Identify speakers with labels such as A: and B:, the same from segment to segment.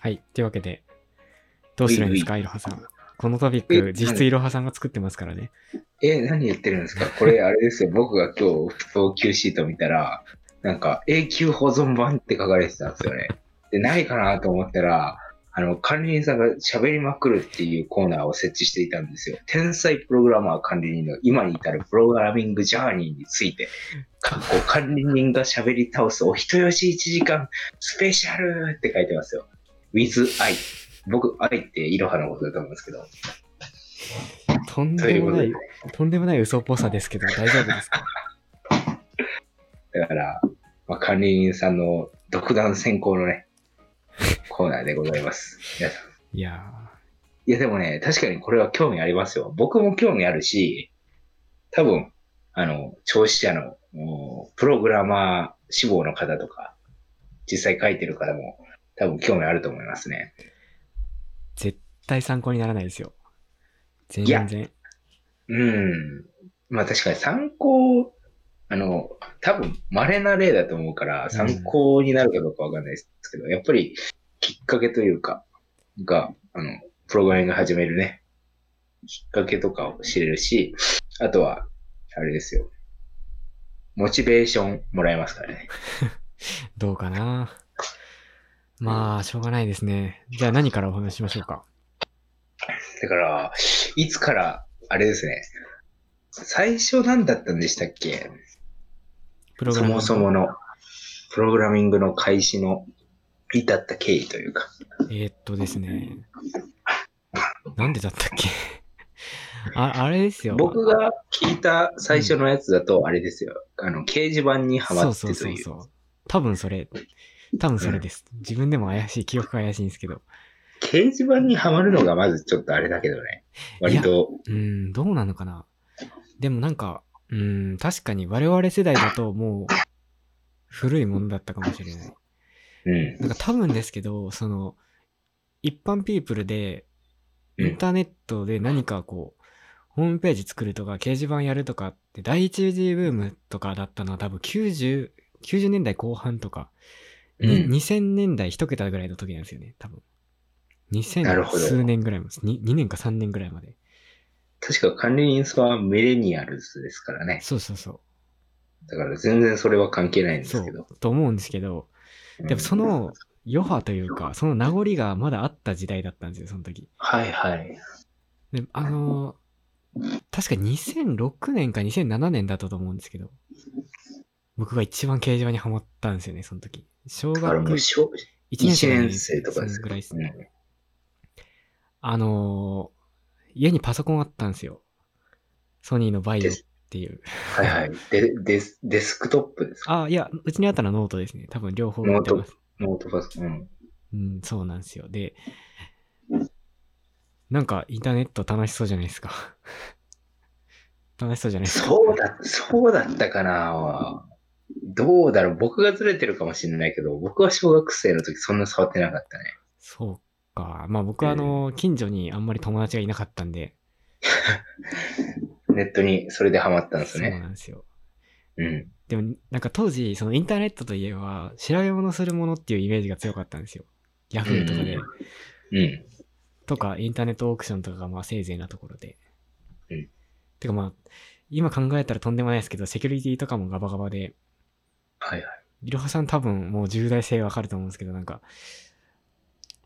A: はい。というわけで、どうするんですか、いろはさん。このトピック、
B: え
A: 実質いろはさんが作ってますからね。
B: え、何言ってるんですか これ、あれですよ。僕が今日、等級シート見たら、なんか、永久保存版って書かれてたんですよね。で、ないかなと思ったら、あの、管理人さんが喋りまくるっていうコーナーを設置していたんですよ。天才プログラマー管理人の今に至るプログラミングジャーニーについて、かっこ管理人が喋り倒すお人よし1時間スペシャルって書いてますよ。with 愛。僕、愛ってイロハのことだと思うんですけど。
A: とん
B: とい
A: で
B: うこ
A: も
B: と
A: な
B: で
A: い、とんでもない嘘っぽさですけど、大丈夫ですか
B: だから、まあ、管理人さんの独断専行のね、コーナーでございます。皆さん
A: いや
B: いや、でもね、確かにこれは興味ありますよ。僕も興味あるし、多分、あの、聴取者の、もうプログラマー志望の方とか、実際書いてる方も、多分興味あると思いますね。
A: ー、絶対参考にならないですよ。全
B: いや
A: 然。
B: うん。まあ確かに参考、あの、多分稀な例だと思うから、参考になるかどうかわかんないですけど、やっぱりきっかけというか、が、あの、プログラミング始めるね、きっかけとかを知れるし、あとは、あれですよ。モチベーションもらえますからね。
A: どうかな。まあ、しょうがないですね。じゃあ何からお話ししましょうか。
B: だから、いつから、あれですね。最初何だったんでしたっけ
A: プログ
B: そ
A: ラミン
B: も
A: グ
B: そもの、プログラミングの開始の至った経緯というか。
A: えーっとですね。なんでだったっけ ああれですよ。
B: 僕が聞いた最初のやつだと、あれですよ。あの、掲示板にはまってという。
A: そうそうそうそう。多分それ、多分それです。自分でも怪しい、記憶が怪しいんですけど。
B: 掲示板にはまるのがまずちょっとあれだけどね。割と、
A: うん、どうなのかな。でもなんか、うん、確かに我々世代だともう古いものだったかもしれない。
B: うん。
A: なんか多分ですけど、その、一般ピープルで、
B: うん
A: インターネットで何かこう、ホームページ作るとか、掲示板やるとかって、第一次ブームとかだったのは多分90、90年代後半とか、に
B: うん
A: 2000年代一桁ぐらいの時なんですよね、多分。
B: なるほ
A: 2000
B: ど
A: 数年ぐらいも、2, 2年か3年ぐらいまで。
B: 確か管理人さんはミレニアルズですからね。
A: そうそうそ
B: だから全然それは関係ないん
A: う。
B: で
A: そ
B: すけど
A: う。。と思うんですけど、
B: うん
A: でもそ、の余波というか、その名残がまだあった時代だったんですよ、その時。
B: はいはい。
A: で、あのー確か2006年か2007年だったと思うんですけど、僕が一番掲示板にはまったんですよね、その時。小
B: だから
A: 学
B: もう
A: 1
B: 小、
A: 年
B: 1
A: 生
B: 年生とかです
A: そのぐらいです
B: ね
A: ね。。あのー家にパソコンあったんですよ。ソニーのバイオっていう。
B: はいはい。でデスデスクトップですか
A: あ、いや、うちにあったのはノートですね。多分両方持ってます。
B: ノートパソコン。
A: うん、そうなんですよ。で、なんかインターネット楽しそうじゃないですか。 楽しそう じゃないですか。
B: そうだ、そうだったかなどうだろう僕がずれてるかもしれないけど、僕は小学生の時そんな触ってなかったね。
A: そうか。まあ僕はあの、近所にあんまり友達がいなかったんで、
B: ネットにそれでハマったんです
A: そう
B: ね。
A: なんですよ。
B: うん。
A: でもなんか当時、そのインターネットといえば、調べ物するものっていうイメージが強かったんですよ。ヤフーとかで
B: うん、うん。
A: とかインターネットオークションとかがまあせいぜいなところで。
B: うん
A: てかまあ、今考えたらとんでもないですけど、セキュリティとかもガバガバで、
B: はいはい。
A: いろはさん多分もう重大性わかると思うんですけど、なんか、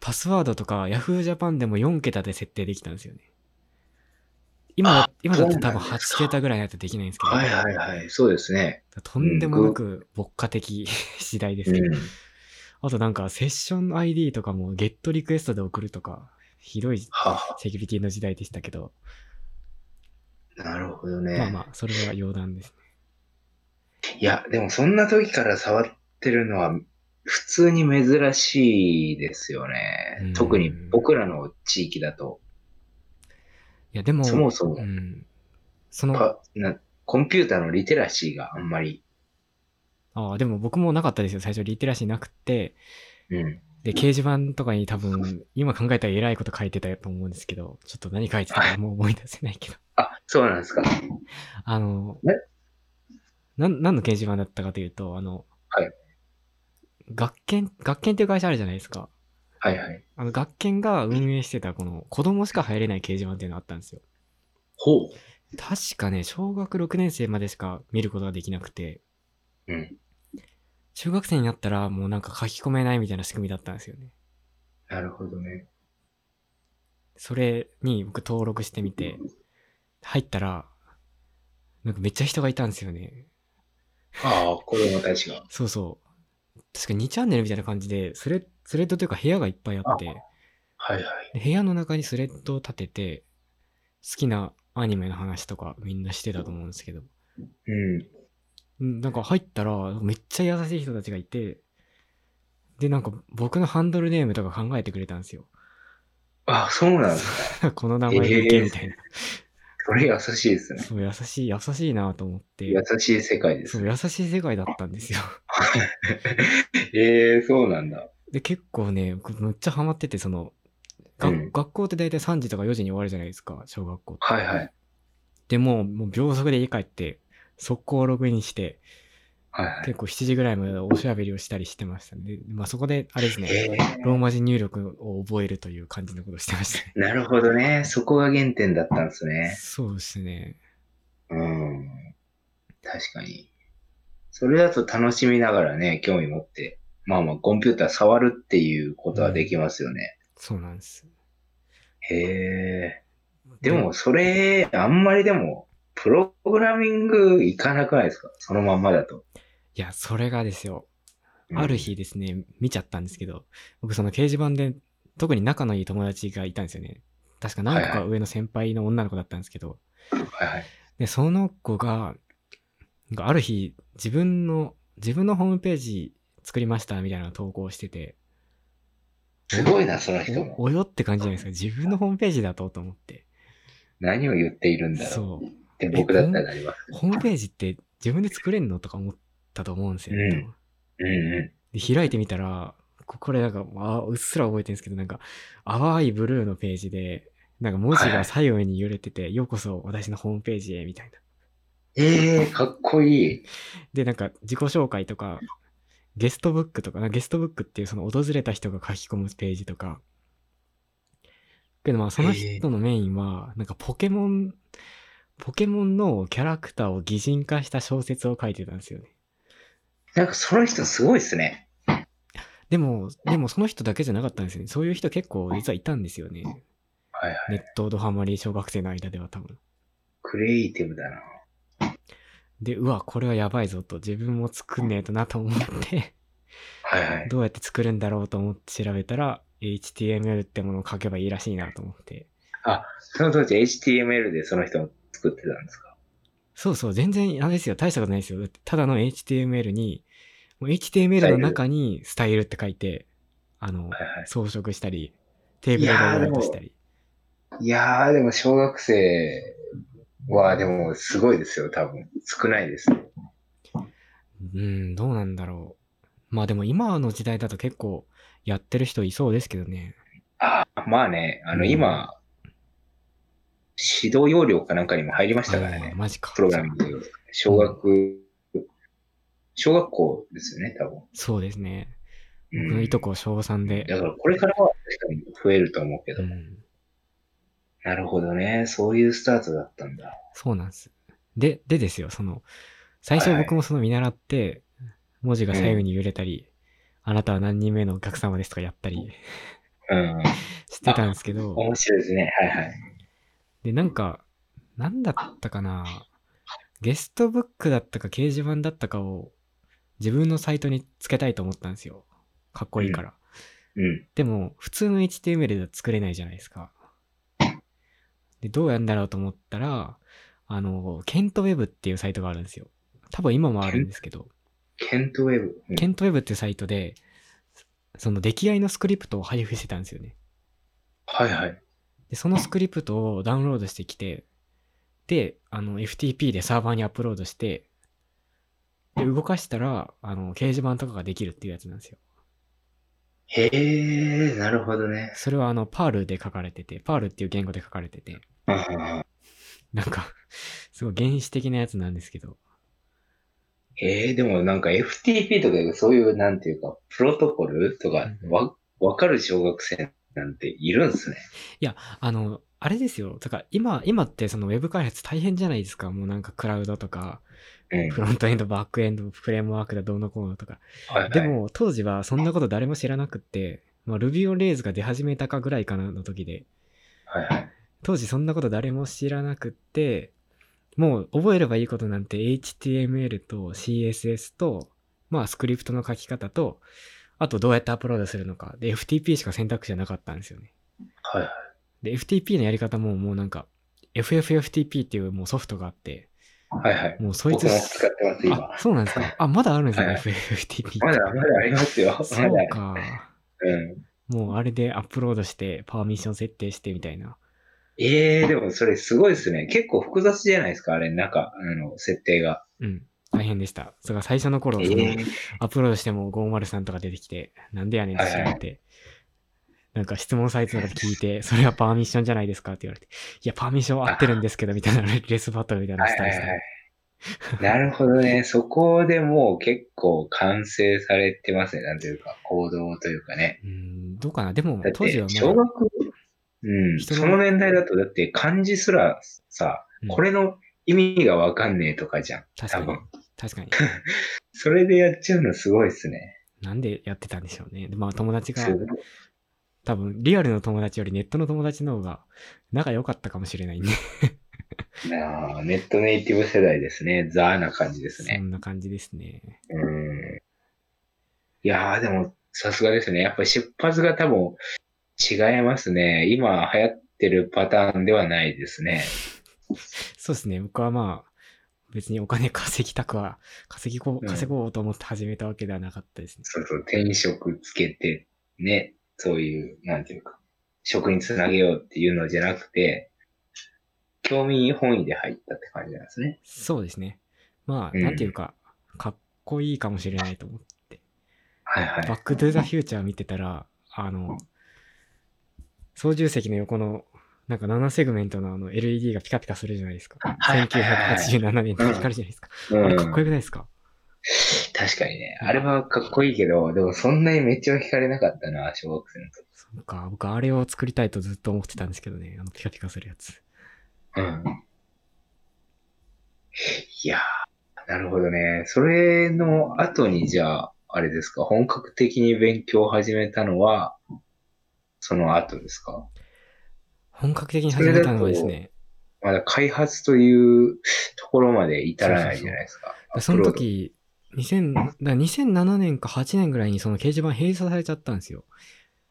A: パスワードとか Yahoo Japan でも4桁で設定できたんですよね。今だ
B: あ、
A: 今だって
B: そう
A: 多
B: なん
A: 分
B: ですか
A: 8桁ぐらいないとできないんですけど、
B: はいはいはい。そうですね。
A: とんでもなく牧歌的次第です
B: う
A: けど、
B: ん。
A: あとなんかセッション ID とかもゲットリクエストで送るとか、ひどい
B: は
A: セキュリティの時代でしたけど、
B: あ、なるほどね。
A: まあまあ、それは余談ですね。
B: いや、でもそんな時から触ってるのは普通に珍しいですよね。
A: うん
B: 特に僕らの地域だと、
A: いや、でも、
B: そもそも、
A: うん。その、
B: パなコンピューターのリテラシーがあんまり、
A: ああ、でも僕もなかったですよ。最初リテラシーなくって、
B: うん。
A: で、掲示板とかに多分、今考えたら偉いこと書いてたと思うんですけど、ちょっと何書いてたかもう思い出せないけど。
B: あ、そうなんですか。
A: あの
B: え、
A: なん、何の掲示板だったかというと、あの、
B: はい
A: 学研、学研っていう会社あるじゃないですか。
B: はいはい。
A: あの学研が運営してたこの子供しか入れない掲示板っていうのがあったんですよ。
B: ほ
A: 確かね、小学6年生までしか見ることができなくて、
B: う。うん。
A: 中学生になったらもうなんか書き込めないみたいな仕組みだったんですよね。
B: なるほどね。
A: それに僕登録してみて、入ったら、なんかめっちゃ人がいたんですよね。
B: ああ、子供たちが。
A: そうそう。確か2チャンネルみたいな感じで、スレスレッドというか部屋がいっぱいあって、
B: はいはい。
A: で部屋の中にスレッドを立てて、好きなアニメの話とかみんなしてたと思うんですけど、
B: うん。
A: うんなんか入ったら、めっちゃ優しい人たちがいて、で、なんか僕のハンドルネームとか考えてくれたんですよ。
B: あそうなんです か。
A: この名前でいけみたいな。
B: それ優しいですね。
A: そう、優しい、優しいなと思って。
B: 優しい世界で
A: そ
B: す。
A: う、優しい世界だったんですよ。
B: ええそうなんだ。
A: で、結構ね、僕むっちゃハマってて、その、が
B: うん
A: 学校って大体3時とか4時に終わるじゃないですか、小学校って。
B: はいはい。
A: でもう、もう秒速で家帰って、速攻ログインして、
B: はいはい。
A: 結構7時ぐらいまでおしゃべりをしたりしてましたね。でまあそこで、あれですね、
B: ええ
A: ローマ字入力を覚えるという感じのことをしてましたね。
B: なるほどね。そこが原点だったんですね。
A: そうですね。
B: うん。確かに。それだと楽しみながらね、興味持って。まあまあ、コンピューター触るっていうことはできますよね。
A: そうなんです。
B: へえ。でも、それ、あんまりでも、プログラミングいかなくないですかそのまんまだと。
A: いや、それがですよ、
B: うん
A: ある。日ですね、見ちゃったんですけど、僕その掲示板で、特に仲のいい友達がいたんですよね。確か何個
B: はい
A: か上の先輩の女の子だったんですけど、
B: はいはい。
A: で、その子が、なんかある日、自分の、自分のホームページ作りましたみたいなのを投稿してて、
B: すごいな、その人
A: お
B: も。
A: およって感じじゃないですか。自分のホームページだとと思って。
B: 何を言っているんだろう
A: そう。
B: って僕だったらなります。
A: ホームページって自分で作れんのとか思ったと思うんですよ、ね
B: うん
A: 多分
B: うんう
A: で開いてみたら、ここれなんか、あうっすら覚えてるんですけど、なんか、淡いブルーのページで、なんか文字が左右に揺れてて、ようこそ私のホームページへ、みたいな。
B: ん。ええかっこいい。
A: で、なんか、自己紹介とか、ゲストブックとか、なんかゲストブックっていうその訪れた人が書き込むページとか。けどまあ、その人のメインは、なんかポケモン、ポケモンのキャラクターを擬人化した小説を書いてたんですよね。
B: なんかその人すごいですね。
A: でも、でもその人だけじゃなかったんですよね。そういう人結構実はいたんですよね。
B: はいはい。
A: ネットドハマり小学生の間では多分。
B: クリエイティブだな。
A: で、うわ、これはやばいぞと、自分も作んねえとなと思って、
B: はいはい。
A: どうやって作るんだろうと思って調べたら、HTML ってものを書けばいいらしいなと思って。
B: その当時 HTML でその人も作ってたんですか
A: そうそう、全然、あれですよ、大したことないですよ。だってただの HTML に、もう HTML の中にスタイルって書いて、あの、
B: はいは
A: 装飾したり、テーブルでライトしたり。
B: い。いやー、でも小学生はでもすごいですよ、多分。少ないですね。
A: うん、どうなんだろう。まあでも今の時代だと結構やってる人いそうですけどね。
B: あまあね、あの
A: うん
B: 今、指導要領かなんかにも入りましたから
A: あー
B: ね。
A: マジか。
B: プログラミング。小学、小学校ですよね、多分。
A: そうですね。
B: うん
A: 僕のいとこ小3で。
B: だからこれからは確かに増えると思うけ
A: う
B: ど。
A: ん。
B: なるほどね。そういうスタートだったんだ。
A: そうなんです。で、でですよ、その、最初
B: はい
A: 僕もその見習って、文字が左右に揺れたり、あなたは何人目のお客様ですとかやったり
B: うん。
A: してたんですけど、
B: 面白いですね。はいはい。
A: で、なんか、なんだったかなゲストブックだったか掲示板だったかを自分のサイトにつけたいと思ったんですよ。かっこいいから。
B: うん。
A: でも、普通の HTML では作れないじゃないですか。で、どうやるんだろうと思ったら、あの、ケントウェブっていうサイトがあるんですよ。多分今もあるんですけど、
B: ケントウェブ。うん
A: ケントウェブっていうサイトで、その出来合いのスクリプトを配布してたんですよね。
B: はいはい。
A: で、そのスクリプトをダウンロードしてきて、で、あの、FTP でサーバーにアップロードして、で、動かしたら、あの、掲示板とかができるっていうやつなんですよ。
B: へえ、なるほどね。
A: それはあの、パールで書かれてて、パールっていう言語で書かれてて、
B: うんうんうん
A: なんか、 すごい原始的なやつなんですけど、
B: えー、でもなんか FTP とかそういうなんていうか、プロトコルとか
A: うん
B: わわかる小学生なんているんすね。
A: あの、あれですよ。だから今、今ってそのウェブ開発大変じゃないですか。もうなんかクラウドとか、
B: うん。
A: フロントエンド、バックエンド、フレームワークだ、どうのこうのとか。
B: はいはい
A: でも当時はそんなこと誰も知らなくって、まあ、Ruby on Rails が出始めたかぐらいかなの時で、
B: はいはい。
A: 当時そんなこと誰も知らなくって、もう覚えればいいことなんて HTML と CSS と、まあスクリプトの書き方と、あとどうやってアップロードするのか。で、FTP しか選択肢はなかったんですよね。
B: はいはい。
A: で、FTP のやり方ももうなんか、FFFTP っていうもうソフトがあって、
B: はいはい。
A: もうそい
B: 僕
A: つ
B: も、使ってます、今
A: あ、。そうなんですか。あ、まだあるんですよ、
B: はい
A: FFFTP って。
B: まだ、まだありますよ。ま
A: そ
B: だ
A: う。か。
B: うん。
A: もうあれでアップロードして、パーミッション設定してみたいな。
B: ええー、でもそれすごいですね。結構複雑じゃないですか、あれ、中、あの、設定が。
A: うん。大変でした。それが最初の頃、
B: え
A: その
B: えー。
A: アップロードしても503とか出てきて、なんでやねんって調べて、なんか質問サイトとかで聞いて、それはパーミッションじゃないですかって言われて、いや、パーミッションは合ってるんですけど、みたいなレスバトルみたいなの
B: は
A: し
B: い
A: た
B: は
A: り
B: い
A: し
B: はい
A: て。。
B: なるほどね。そこでもう結構完成されてますね。なんていうか、行動というかね。
A: うん、どうかな。でも
B: だっ、
A: 当時は
B: て、小
A: まだ、
B: 学、うん、
A: 人の
B: その年代だと、だって漢字すらさ、
A: うん
B: これの意味がわかんねえとかじゃん。
A: 確
B: 多
A: かに
B: 分。、
A: 確かに。
B: それでやっちゃうのすごいっすね。
A: なんでやってたんでしょうね。でまあ、友達が
B: す、ごい
A: 多分、リアルの友達よりネットの友達の方が仲良かったかもしれないんで、
B: なあネットネイティブ世代ですね。ザーな感じです
A: そ
B: ね。
A: んな感じですね。
B: うん。いやー、でも、さすがですね。やっぱり出発が多分違いますね。今流行ってるパターンではないですね。
A: そうですね。僕はまあ、別にお金稼ぎたくは、稼ぎこ
B: う
A: うん稼ごうと思って始めたわけではなかったですね。
B: そうそう、転職つけて、ね、そういう、なんていうか、職につなげようっていうのじゃなくて、興味本位で入ったって感じなんですね。
A: そうですね。まあ、
B: うん
A: なんていうか、かっこいいかもしれないと思って。
B: はいはい。
A: バックトゥザフューチャー見てたら、あの、操縦席の横の、なんか7セグメントのあの LED がピカピカするじゃないですか。
B: はいはいはい
A: 1987年の光るじゃないですか。あ
B: う
A: れ
B: ん、
A: かっこよくないですか
B: 確かにね。あれはかっこいいけど、でもそんなにめっちゃ惹かれなかったな、小学生の時。
A: そうか、僕あれを作りたいとずっと思ってたんですけどね、あのピカピカするやつ。
B: うん。いやー、なるほどね。それの後にじゃあ、あれですか、本格的に勉強を始めたのは、その後ですか
A: 本格的に始めたのはですね、
B: まだ開発というところまで至らないじゃないですか。
A: その
B: アップロー
A: 時、2000だから2007年か8年ぐらいにその掲示板閉鎖されちゃったんですよ。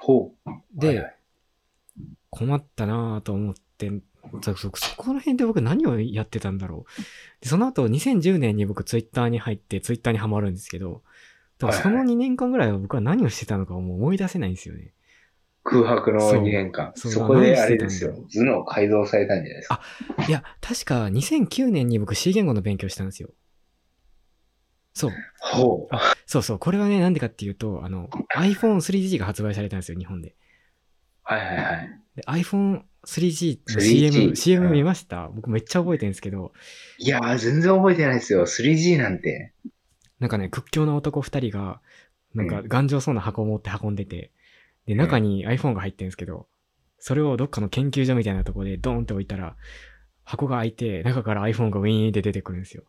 B: ド、ほう。
A: で、
B: はいはい
A: 困ったなぁと思って、そそそこら辺で僕何をやってたんだろう。で、その後2010年に僕ツイッターに入ってツイッターにハマるんですけど、だからその
B: はい
A: 2年間ぐらいは僕は何をしてたのかもう思い出せないんですよね。
B: 空白の
A: そう
B: 2年間。
A: そ
B: そうこであれです
A: 何
B: よ。頭脳改造されたんじゃないですか。
A: いや、確か2009年に僕 C 言語の勉強したんですよ。そう。
B: ほう。
A: あ、そうそう。これはね、なんでかっていうと、あの、iPhone3G が発売されたんですよ、日本で。
B: はいはいはい。
A: で iPhone3G の
B: 3G
A: CM、
B: う
A: CM
B: ん
A: 見ました、僕めっちゃ覚えてるんですけど、
B: いやー、全然覚えてないですよ。3G なんて。
A: なんかね、屈強な男二人が、なんか
B: う
A: 頑丈そうな箱を持って運んでて、で、中に iPhone が入ってるんですけど、それをどっかの研究所みたいなとこでドーンって置いたら、箱が開いて、中から iPhone がウィーンって出てくるんですよ。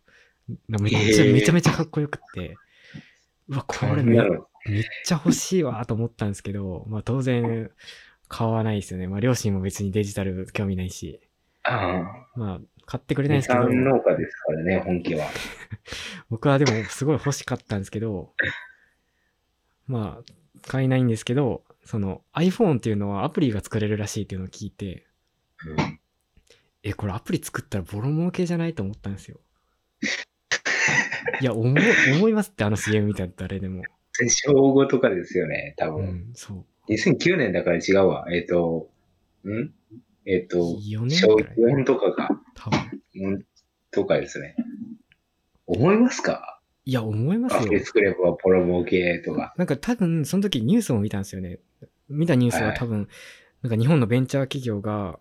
A: なんかめっちゃ、
B: へー
A: めちゃめちゃかっこよくって、うわ、これめ
B: なる
A: めっちゃ欲しいわと思ったんですけど、まあ当然買わないですよね。まあ両親も別にデジタル興味ないし、
B: あ
A: まあ買ってくれ
B: ー
A: ないで
B: み
A: すけど
B: か、ん農家ですからね、本気は。
A: 僕はでもすごい欲しかったんですけど、まあ買えないんですけど、その iPhone っていうのはアプリが作れるらしいっていうのを聞いて、
B: うん
A: え、これアプリ作ったらボロ儲けじゃないと思ったんですよ。いや、思い、思いますってあの CM みたいな誰でも。
B: 小5とかですよね、多
A: う
B: 分。
A: ん、そう。
B: 2009年だから違うわ。えっ、と、んえっ、と、
A: 4年
B: 小
A: くらい
B: 4とかか。
A: 多分。
B: うんとかですね。思いますか
A: いや、思います
B: ア
A: よ
B: プ。リ作ればボロ儲けとか。
A: なんか多分その時ニュースも見たんですよね。見たニュースは多分、なんか日本のベンチャー企業が、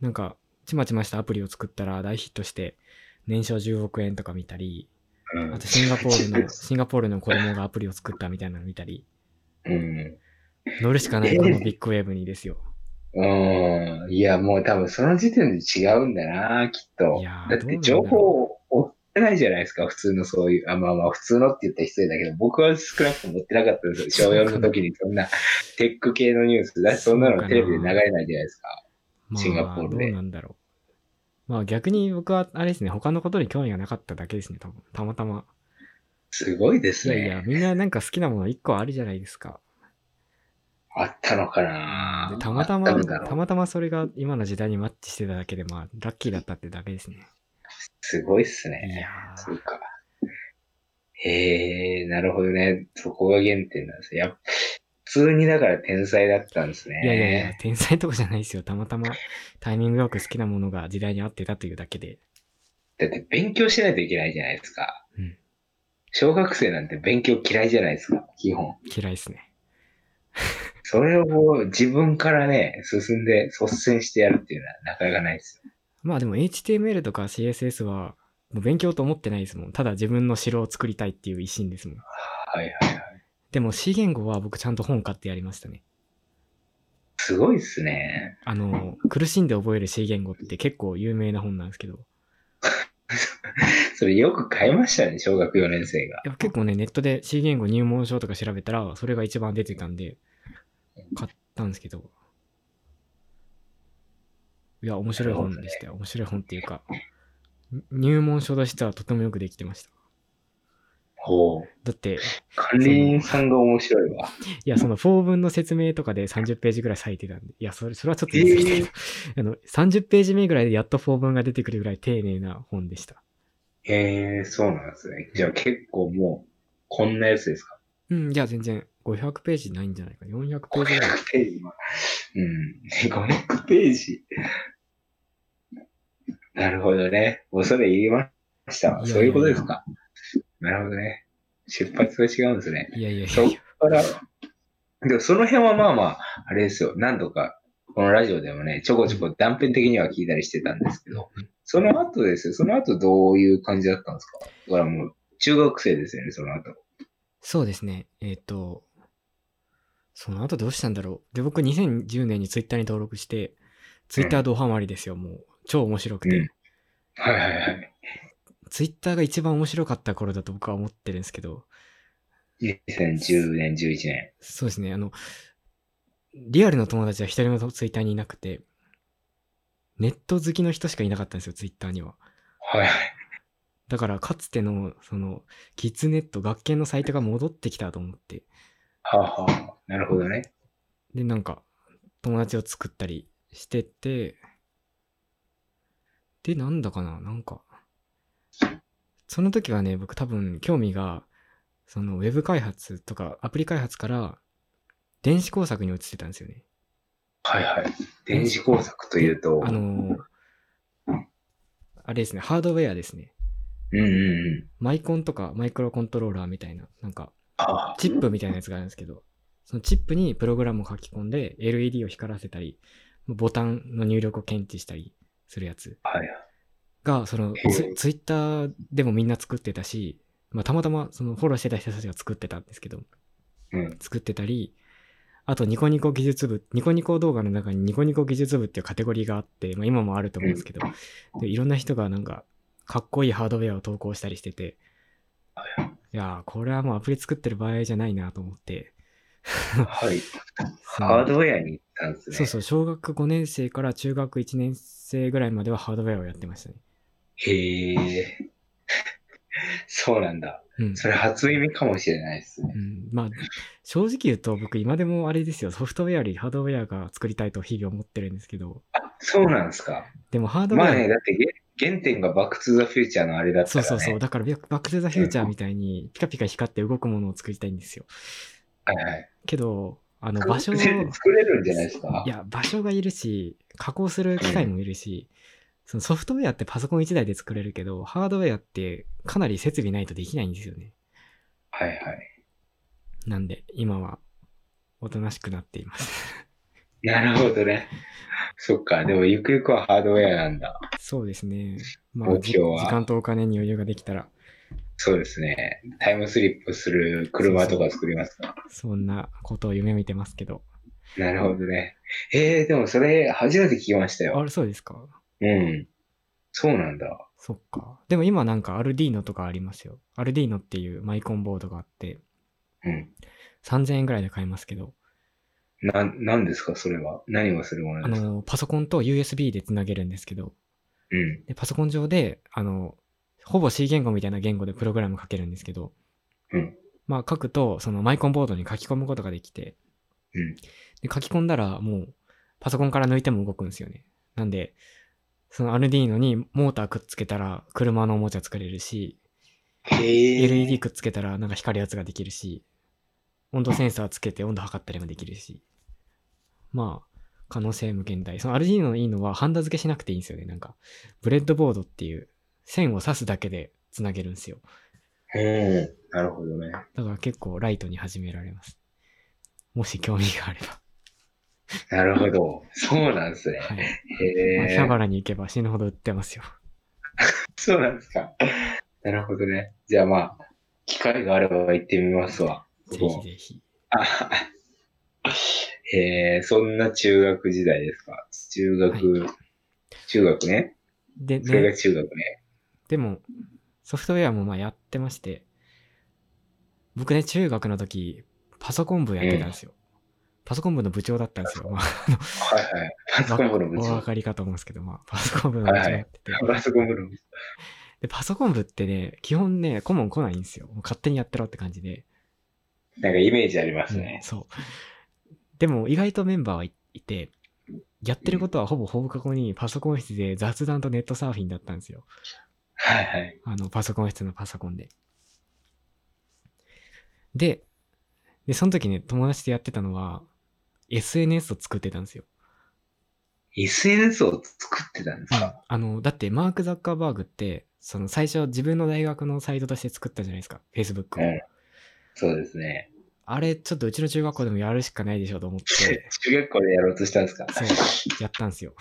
A: なんかちまちましたアプリを作ったら大ヒットして、年商10億円とか見たり、
B: うん
A: あとシンガポール
B: ちょっ
A: の、シンガポールの子供がアプリを作ったみたいなの見たり、
B: うん。
A: 乗るしかないこのビッグウェーブにですよ。
B: うん。いや、もう多分その時点で違うんだな、きっと
A: いや。ー
B: だって情報を追ってないじゃないですか、普通のそういう。あまあまあ、普通のって言ったら失礼だけど、僕は少なくとも持ってなかったですよ。小4の時にそんなテック系のニュース、だってそんなのテレビで流れないじゃないですか。
A: ま
B: シンガポ
A: あ、
B: ー
A: ど
B: ル
A: う
B: で
A: なんだろう。まあ逆に僕は、あれですね、他のことに興味がなかっただけですね、多分たまたま。
B: すごいです
A: いや
B: ね。
A: いや、みんななんか好きなもの1個あるじゃないですか。
B: あったのかな
A: でたまた
B: あ
A: ま、
B: ったんだろう
A: たまたまそれが今の時代にマッチしてただけで、まあラッキーだったってだけですね。
B: すごいっす
A: い
B: ね。
A: や
B: そ
A: ー
B: うか。へえ、なるほどね。そこが原点なんですね。やっぱ普通にだから天才だったんですね。
A: いやいやいや、天才とかじゃないですよ。たまたまタイミングよく好きなものが時代に合ってたというだけで。
B: だって勉強しないといけないじゃないですか。
A: うん
B: 小学生なんて勉強嫌いじゃないですか、基本。
A: 嫌いですね。
B: それを自分からね、進んで率先してやるっていうのはなかなかないですよ。
A: まあでも HTML とか CSS はもう勉強と思ってないですもん。ただ自分の城を作りたいっていう一心ですもん。
B: はいはいはい。
A: でも C 言語は僕ちゃんと本買ってやりましたね。
B: すごいっすね。
A: あの、苦しんで覚える C 言語って結構有名な本なんですけど、
B: それよく買いましたね、小学4年生が。
A: いや結構ね、ネットで C 言語入門書とか調べたら、それが一番出てたんで、買ったんですけど、いや、面白い本でしたよ。面白い本っていうか、に入門書としてはとてもよくできてました。
B: ほう。
A: だって、
B: 管理員さんが面白いわ。
A: いや、その4分の説明とかで30ページぐらい割いてたんで、いや、それそれはちょっと言い過ぎたけど、 あの30ページ目ぐらいでやっと4分が出てくるぐらい丁寧な本でした。
B: へえ、そうなんですね。じゃあ結構もう、こんなやつですか。
A: うん、いや、全然500ページないんじゃないかな。400ページぐらい。
B: 500ページは。うん。500ページ。なるほどね。もうそれ言いましたわ。
A: いやいやいや
B: そういうことですか。なるほどね。出発が違うんですね。
A: いやいやいや
B: そ
A: い
B: っ
A: や。
B: から、でもその辺はまあまあ、あれですよ。何度か、このラジオでもね、ちょこちょこ断片的には聞いたりしてたんですけ ど、その後ですよ。その後どういう感じだったんですかだからもう、中学生ですよね、その後。
A: そうですね。えっ、と、その後どうしたんだろう。で、僕2010年にツイッターに登録して、ツイッタードハマりですよ。もう、超面白くて。
B: うんはいはいはい。
A: ツイッターが一番面白かった頃だと僕は思ってるんですけど、
B: 2010年、11年。
A: そうですね。あの、リアルの友達は一人もツイッターにいなくて、ネット好きの人しかいなかったんですよ、ツイッターには。
B: はいはい。
A: だから、かつての、その、キッズネット、学研のサイトが戻ってきたと思って、
B: はあ、はあ、なるほどね。
A: で、なんか、友達を作ったりしてて、で、なんだかな、なんか、その時はね、僕多分興味が、その、ウェブ開発とか、アプリ開発から、電子工作に移ってたんですよね。
B: はいはい。電子工作というと、
A: あのーあれですね、ハードウェアですね。
B: うんうんうん。
A: マイコンとかマイクロコントローラーみたいな、なんか、
B: ああ、
A: チップみたいなやつがあるんですけど、そのチップにプログラムを書き込んで、LED を光らせたり、ボタンの入力を検知したりするやつ
B: はい。
A: が、その
B: へえ
A: ツ、ツイッターでもみんな作ってたし、まあ、たまたまそのフォローしてた人たちが作ってたんですけど、
B: うん
A: 作ってたり、あとニコニコ技術部、ニコニコ動画の中にニコニコ技術部っていうカテゴリーがあって、まあ、今もあると思うんですけど、でいろんな人がなんかかっこいいハードウェアを投稿したりしてて、いやー、これはもうアプリ作ってる場合じゃないなと思って、
B: はい。
A: その
B: ハードウェアに行ったんですね。
A: そうそう、小学5年生から中学1年生ぐらいまではハードウェアをやってましたね。
B: へえ。 そうなんだ。
A: うん。
B: それ初耳かもしれないですね。
A: うん、まあ、正直言うと僕今でもあれですよ、ソフトウェアよりハードウェアが作りたいと日々思ってるんですけど、
B: そうなんですか。
A: でもハードウェア、
B: まあね、だってげ原点がバックトゥザフューチャーのあれだったか
A: そう
B: ら、ね。
A: そうそう、だからビャバックトゥザフューチャーみたいにピカピカ光って動くものを作りたいんですよ。
B: はいはい。
A: けど、あの場所を、
B: 全然
A: い
B: 作れるんじゃないですか。
A: や、場所がいるし、加工する機械もいるし、そのソフトウェアってパソコン1台で作れるけど、ハードウェアってかなり設備ないとできないんですよね。
B: はいはい。
A: なんで、今は、おとなしくなっています。
B: なるほどね。 そっか。でもゆくゆくはハードウェアなんだ。
A: そうですね。まあ、
B: 目
A: じ
B: 標は
A: 時間とお金に余裕ができたら、
B: そうですね。タイムスリップする車とか作りますか
A: そんなことを夢見てますけど。
B: なるほどね。えー、でもそれ初めて聞きました
A: あ
B: よ。
A: れ、そうですか
B: うん。そうなんだ。
A: そっか。でも今なんかアルディーノとかありますよ。アルディーノっていうマイコンボードがあって、
B: うん。
A: 3000円ぐらいで買えますけど、
B: な、なんですかそれは。何をするもの
A: あ
B: ですか
A: の、パソコンと USB でつなげるんですけど、
B: うん。
A: でパソコン上で、あの、ほぼ C 言語みたいな言語でプログラム書けるんですけど、
B: うん
A: まあ書くと、そのマイコンボードに書き込むことができて、
B: うん
A: で書き込んだらもうパソコンから抜いても動くんですよね。なんで、そのアルディーノにモーターくっつけたら車のおもちゃ作れるし、
B: へ
A: LED くっつけたらなんか光るやつができるし、温度センサーつけて温度測ったりもできるし、まあ、可能性無限大。そのアルディーノのいいのはハンダ付けしなくていいんですよね。なんか、ブレッドボードっていう線を刺すだけでつなげるんですよ。
B: うん。なるほどね。
A: だから結構ライトに始められます。もし興味があれば。
B: なるほど。そうなんですね。
A: はい。まあ
B: へ
A: 秋
B: え
A: 葉。原に行けば死ぬほど売ってますよ。
B: そうなんですか。なるほどね。じゃあまあ、機会があれば行ってみますわ。
A: ぜ
B: 僕も
A: ひぜひ。
B: へえ、そんな中学時代ですか。中学、中学ね。
A: で、
B: それ
A: ね
B: が、中学ね。
A: でも、ソフトウェアもまあやってまして、僕ね、中学の時、パソコン部やってたんですよ。パソコン部の部長だったんですよ。まあ、
B: はいはい。パソコン部の部
A: お分
B: 長。
A: かりかと思うんですけど、まあ、パソコン部の部長やってて。
B: パソコン部の部長。
A: で、パソコン部ってね、基本ね、顧問来ないんですよ。もう勝手にやってろって感じで。
B: なんかイメージありま
A: う
B: す
A: ん
B: ね。
A: そう。でも、意外とメンバーはいいて、やってることはほぼ放課後にパソコン室で雑談とネットサーフィンだったんですよ。
B: はいはい。
A: あの、パソコン室のパソコンで。で、で、その時ね、友達とやってたのは、SNS を作ってたんですよ。
B: SNS を作ってたんですか
A: あの、だって、マーク・ザッカーバーグって、その最初自分の大学のサイトとして作ったじゃないですか、Facebook を。
B: うんそうですね。
A: あれ、ちょっとうちの中学校でもやるしかないでしょうと思っ
B: 中
A: て、
B: 学校でやろうとしたんですか
A: そう、やったんですよ。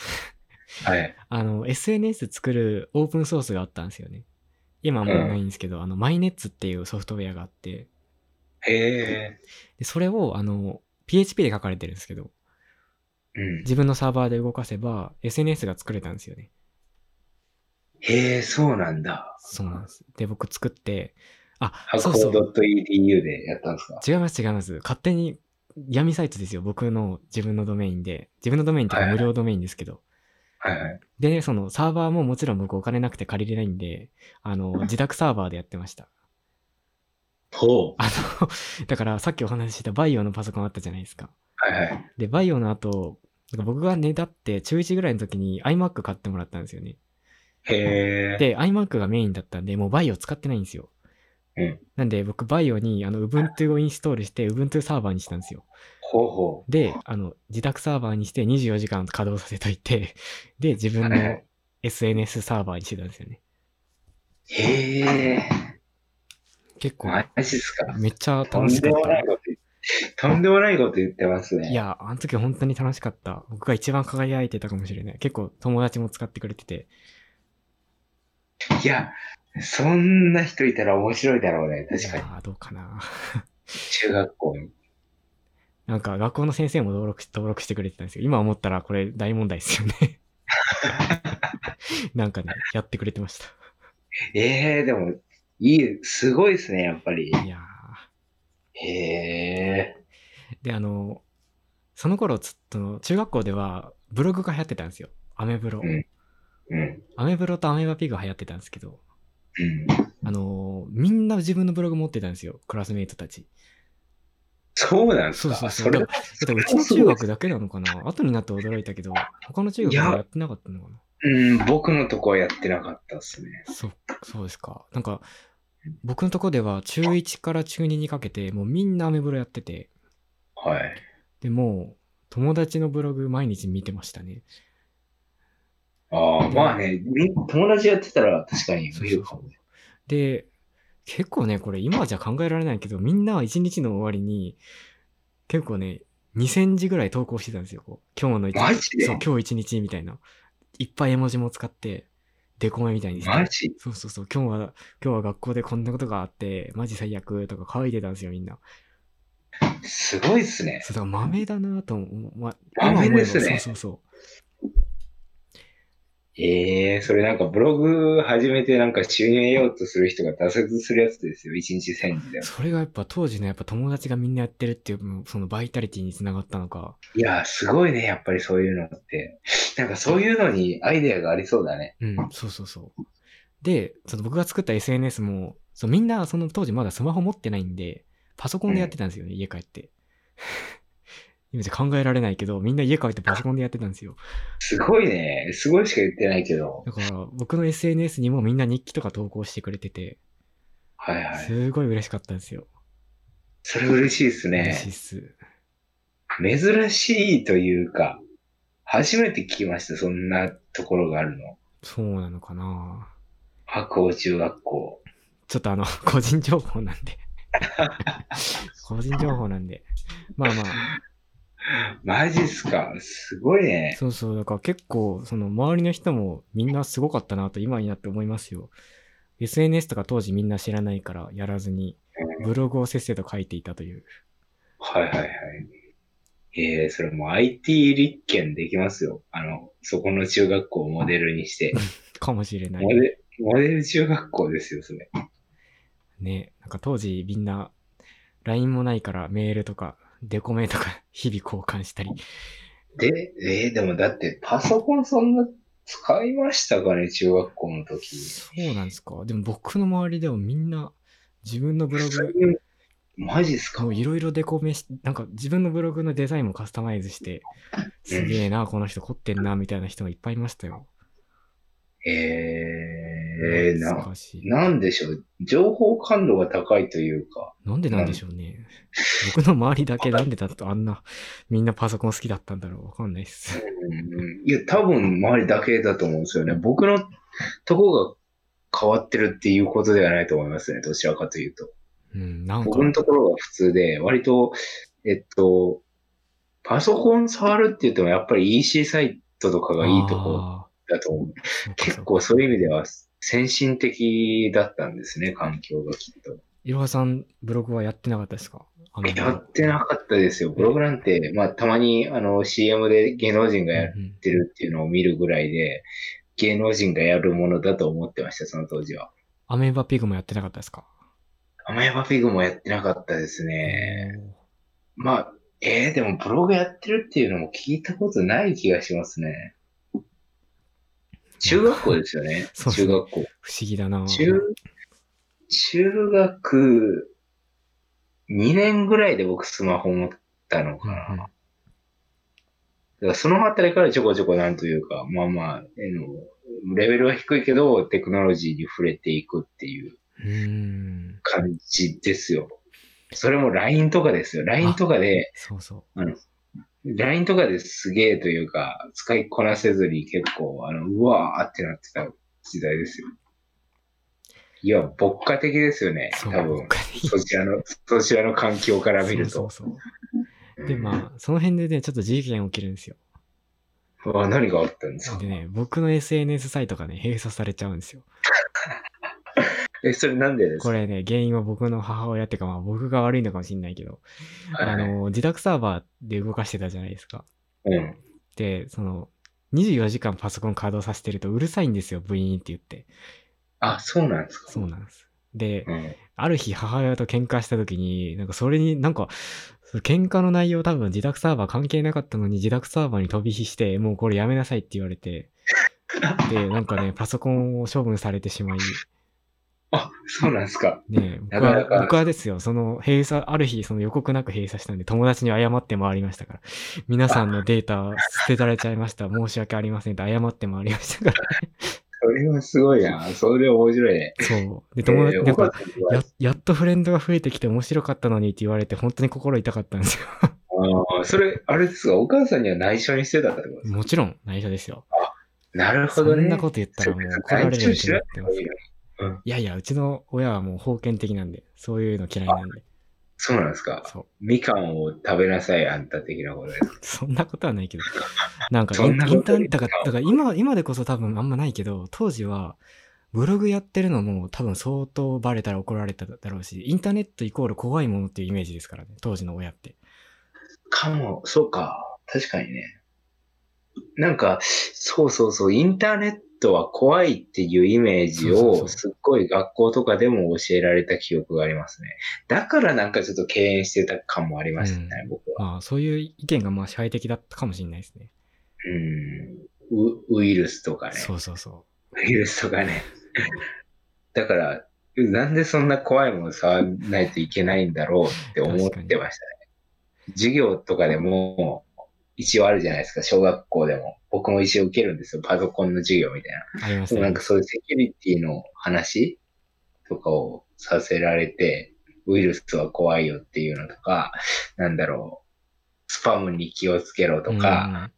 B: はい。
A: あの、SNS 作るオープンソースがあったんですよね。今はもうないんですけど、あの、マイネッツっていうソフトウェアがあって、
B: へえ。
A: でそれを、あの、PHP で書かれてるんですけど、
B: うん。
A: 自分のサーバーで動かせば、SNS が作れたんですよね。
B: へえ、そうなんだ。
A: そうなんです。で、僕作って、あ、
B: 発
A: そ
B: 行
A: うそう。
B: .edu でやったんですか
A: 違います、違います。勝手に闇サイトですよ。僕の自分のドメインで。自分のドメインっていうか
B: はいは
A: 無
B: い
A: 料ドメインですけど。
B: はいはい。
A: でね、そのサーバーももちろん僕お金なくて借りれないんで、あ の、自宅サーバーでやってました。
B: ほう。
A: あの、だからさっきお話ししたバイオのパソコンあったじゃないですか。
B: はいはい。
A: で、バイオの後、なんか僕がねだって中1ぐらいの時に iMac 買ってもらったんですよね。
B: へえ。
A: で、iMac がメインだったんで、もうバイオ使ってないんですよ。
B: うん
A: なんで、僕、バイオに、あの、Ubuntu をインストールして、Ubuntu サーバーにしたんですよ。
B: ほうほう。
A: で、あの、自宅サーバーにして24時間稼働させといて、 で、自分
B: はいは
A: の
B: い
A: SNS サーバーにしてたんですよね。
B: へえ。
A: 結構、
B: マジっすか。
A: めっちゃ
B: と
A: 楽
B: ん
A: しか
B: で
A: っ
B: もない
A: た。
B: こと言って、とんでもないこと言ってますね。
A: いや、あの時本当に楽しかった。僕が一番輝いてたかもしれない。結構友達も使ってくれてて。
B: いや、そんな人いたら面白いだろうね。確かに。
A: ああ、どうかな。
B: 中学校に。
A: なんか学校の先生も登録し登録してくれてたんですよ。今思ったらこれ大問題ですよね。なんかね、やってくれてまし
B: ええでも、いい、すごいですね、やっぱり。
A: た。いや
B: へえ。
A: ーで、あの、その頃、つその中学校ではブログが流行ってたんですよ。アメブロ。
B: うんうん。
A: アメブロとアメバピグが流行ってたんですけど、
B: うん。
A: あのーみんな自分のブログ持ってたんですよ。クラスメイトたち。
B: そうなんです
A: そう
B: か。
A: そうそう。
B: れ
A: だ
B: は
A: からだからうちの中学だけなのかな後になって驚いたけど、他の中学ではやってなかったのかな
B: うん、僕のとこはやってなかったですね。
A: そう、そうですか。なんか、僕のとこでは中1から中2にかけて、もうみんなアメブロやってて、
B: はい。
A: でもう、友達のブログ毎日見てましたね。
B: ああ、まあね、み友達やってたら確かに見るかもね。
A: で、結構ね、これ今じゃ考えられないけど、みんな1日の終わりに、結構ね、2000字ぐらい投稿してたんですよ。こう今日の一
B: マジ
A: 日、
B: で
A: そう、今日一日みたいな。いっぱい絵文字も使って、デコメみたいにして
B: マジ
A: そうそうそう、今日は、今日は学校でこんなことがあって、マジ最悪とか書いてたんですよ、みんな。
B: すごいっすね。
A: そう、だから豆だなと思う。ま、
B: 豆ですね
A: 今思えばそうそうそう。
B: ええそれなんかブログ始めてなんか収入得ようとする人が挫折するやつですよ。一日千字でも。
A: それがやっぱ当時のやっぱ友達がみんなやってるっていう、そのバイタリティにつながったのか。
B: いやー、すごいね。やっぱりそういうのって。なんかそういうのにアイデアがありそうだね。
A: うん、そうそうそう。で、その僕が作った SNS も、そうみんなその当時まだスマホ持ってないんで、パソコンでやってたんですよね、家帰って。 今じゃ考えられないけど、みんな家帰ってパソコンでやってたんですよ。
B: すごいね。すごいしか言ってないけど。
A: だから僕の SNS にもみんな日記とか投稿してくれてて、
B: はいはい。
A: すごい嬉しかったんですよ。
B: それ嬉しいです
A: 嬉しい
B: ね。
A: っす。
B: 珍しいというか、初めて聞きました。そんなところがあるの。
A: そうなのかな
B: 白鴎中学校。
A: ちょっとあの、 個人情報なん で。個人情報なんで。まあまあ。
B: マジっすか。すごいね。
A: そうそう、だから結構、その周りの人もみんなすごかったなと今になって思いますよ。SNS とか当時みんな知らないからやらずに、ブログをせっせと書いていたという。
B: はいはいはい。ええそれも IT 立件できますよ。あの、そこの中学校をモデルにして。
A: かもしれな
B: モ
A: い。
B: デモデル中学校ですよ、それ。
A: ね。なんか当時みんな、LINE もないからメールとか、デコメとか 日々交換したり。
B: で、ええでもだってパソコンそんな使いましたかね、中学校の時。
A: そうなんですか。でも僕の周りでもみんな自分のブログ、
B: マジっすか
A: もういろいろデコメし、なんか自分のブログのデザインもカスタマイズ して、すげえな、この人凝ってんな、みたいな人がいっぱいいましたよ。
B: ええな、
A: 難しい。
B: なんでしょう。情報感度が高いというか。
A: なんでなんでしょうね。僕の周りだけなんでだとあんな、みんなパソコン好きだったんだろう。わかんないっす。
B: うんいや、多分周りだけだと思うんですよね。僕のとこが変わってるっていうことではないと思いますね。どちらかというと。
A: うん、なんか
B: 僕、のところが普通で、割と、えっと、パソコン触るって言ってもやっぱり EC サイトとかがいいとこ
A: あ
B: だと思う。
A: ーそうか
B: 結
A: そうか
B: 構そういう意味では先進的だったんですね、環境がきっと。
A: いろはさん、ブログはやってなかったですかあの
B: やってなかったですよ。ブログなんて、まあたまにあの CM で芸能人がやる
A: うんうん
B: ってるっていうのを見るぐらいで、芸能人がやるものだと思ってました、その当時は。
A: アメーバピグもやってなかったですか。
B: 甘山フィグもやってなかったですね。まあ、えー、でもブログやってるっていうのも聞いたことない気がしますね。中学校ですよね
A: そうです
B: 中
A: ね
B: 学校。
A: 不思議だな。
B: 中、中学2年ぐらいで僕スマホ持ったのか
A: うん
B: な。
A: うん
B: だからそのあたりからちょこちょこなんというか、まあまあ、あのレベルは低いけど、テクノロジーに触れていくっていう
A: うーん。
B: 感じですよ。それも LINE とかですよ。LINE とかで、
A: そうそ
B: LINE とかですげえというか、使いこなせずに結構、あの、うわーってなってた時代ですよ。いや、牧歌的ですよね
A: う。。そ
B: 多
A: う。
B: 分。
A: 僕
B: そちらの、そちらの環境から見る
A: そう
B: と。
A: そうそう。で、まあ、その辺でね、ちょっと事件起きるんですよ。
B: あ、うわ何があったんですか
A: でね、僕の SNS サイトがね、閉鎖されちゃうんですよ。
B: え、それなんでですか
A: これね、原因は僕の母親っていうか、まあ僕が悪いのかもしんないけど、
B: はい
A: あの、自宅サーバーで動かしてたじゃないですか。
B: うん。
A: で、その、24時間パソコン稼働させてるとうるさいんですよ、ブイーンって言って。
B: あ、そうなんですか
A: そうなんです。で、
B: うん。
A: ある日母親と喧嘩した時に、なんかそれになんか、その喧嘩の内容多分自宅サーバー関係なかったのに自宅サーバーに飛び火して、もうこれやめなさいって言われて、で、なんかね、パソコンを処分されてしまい、
B: あ、そうなんですか
A: ねえ僕
B: なかなか
A: は、僕はですよ、その閉鎖、ある日、その予告なく閉鎖したんで、友達に謝って回りましたから、皆さんのデータ捨てられちゃいました、申し訳ありませんって謝って回りましたから、
B: それはすごいな。それ面白いね。
A: そう。で、友達、
B: えー
A: なん
B: お
A: か
B: 母さんは
A: や、やっとフレンドが増えてきて面白かったのにって言われて、本当に心痛かったんですよ。
B: あーそれ、あれですか、お母さんには内緒にしてたってことですか
A: もちろん、内緒ですよ。
B: なるほ
A: そ
B: どね。
A: んなこと言ったらもう怒られるってなってますよ。いやいや、うちの親はもう封建的なんで、そういうの嫌いなんで。
B: そうなんですか。
A: そう。
B: みかんを食べなさい、あんた的なことですか。
A: そんなことはない けど。なんかイ
B: そ
A: ン、
B: んな
A: イン
B: こと
A: タ
B: よ
A: ー
B: り
A: ン、だから、だから今、今でこそ多分あんまないけど、当時は、ブログやってるのも多分相当バレたら怒られただろうし、インターネットイコール怖いものっていうイメージですからね、当時の親って。
B: かも、そうか。確かにね。なんか、そうそうそう、インターネットは怖いっていうイメージ
A: そうそうそ
B: を、
A: う
B: すっごい学校とかでも教えられた記憶がありますね。だからなんかちょっと敬遠してた感もありましたね、
A: う
B: 僕は。
A: まあ、そういう意見がまあ支配的だったかもしれないですね。
B: うんウ。ウイルスとかね。
A: そうそうそ。
B: ウイルスとかね。 だから、なんでそんな怖いもの触らないといけないんだろうって思ってましたね。授業とかでも、一応あるじゃないですか、小学校でも。僕も一応受けるんですよ、パソコンの授業みたいう
A: ありま
B: な。
A: す
B: でもなん
A: ね
B: か。そういうセキュリティの話とかをさせられて、ウイルスは怖いよっていうのとか、なんだろう、スパムに気をつけろとか、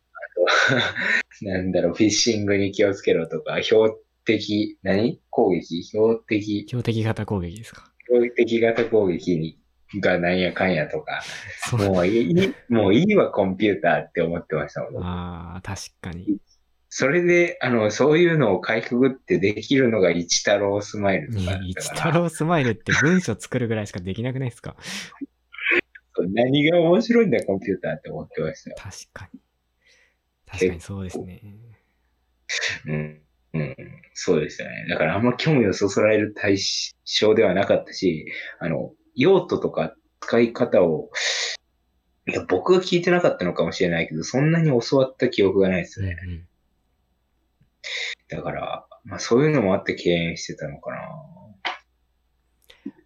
B: なんだろう、フィッシングに気をつけろとか、標的、何攻撃
A: う
B: 標
A: ん、
B: 的、
A: 標的型攻撃ですか。
B: 標的型攻撃にがなんやかんやとか、
A: そう
B: もういい、もういいわ、コンピューターって思ってましたもん。
A: ああ、確かに。
B: それで、あの、そういうのをかいくぐってできるのが一太郎スマイルとかだっ
A: 一
B: た
A: 太
B: から、
A: 郎スマイルって文章作るぐらいしかできなくないですか。
B: 何が面白いんだ、コンピューターって思ってましたよ。
A: 確かに。確かにそうですね。
B: うんうん、そうでしたね。だからあんま興味をそそられる対象ではなかったし、あの、用途とか使い方を、いや、僕が聞いてなかったのかもしれないけど、そんなに教わった記憶がないです
A: うん
B: ね。
A: うん
B: だから、まあそういうのもあって敬遠してたのかな。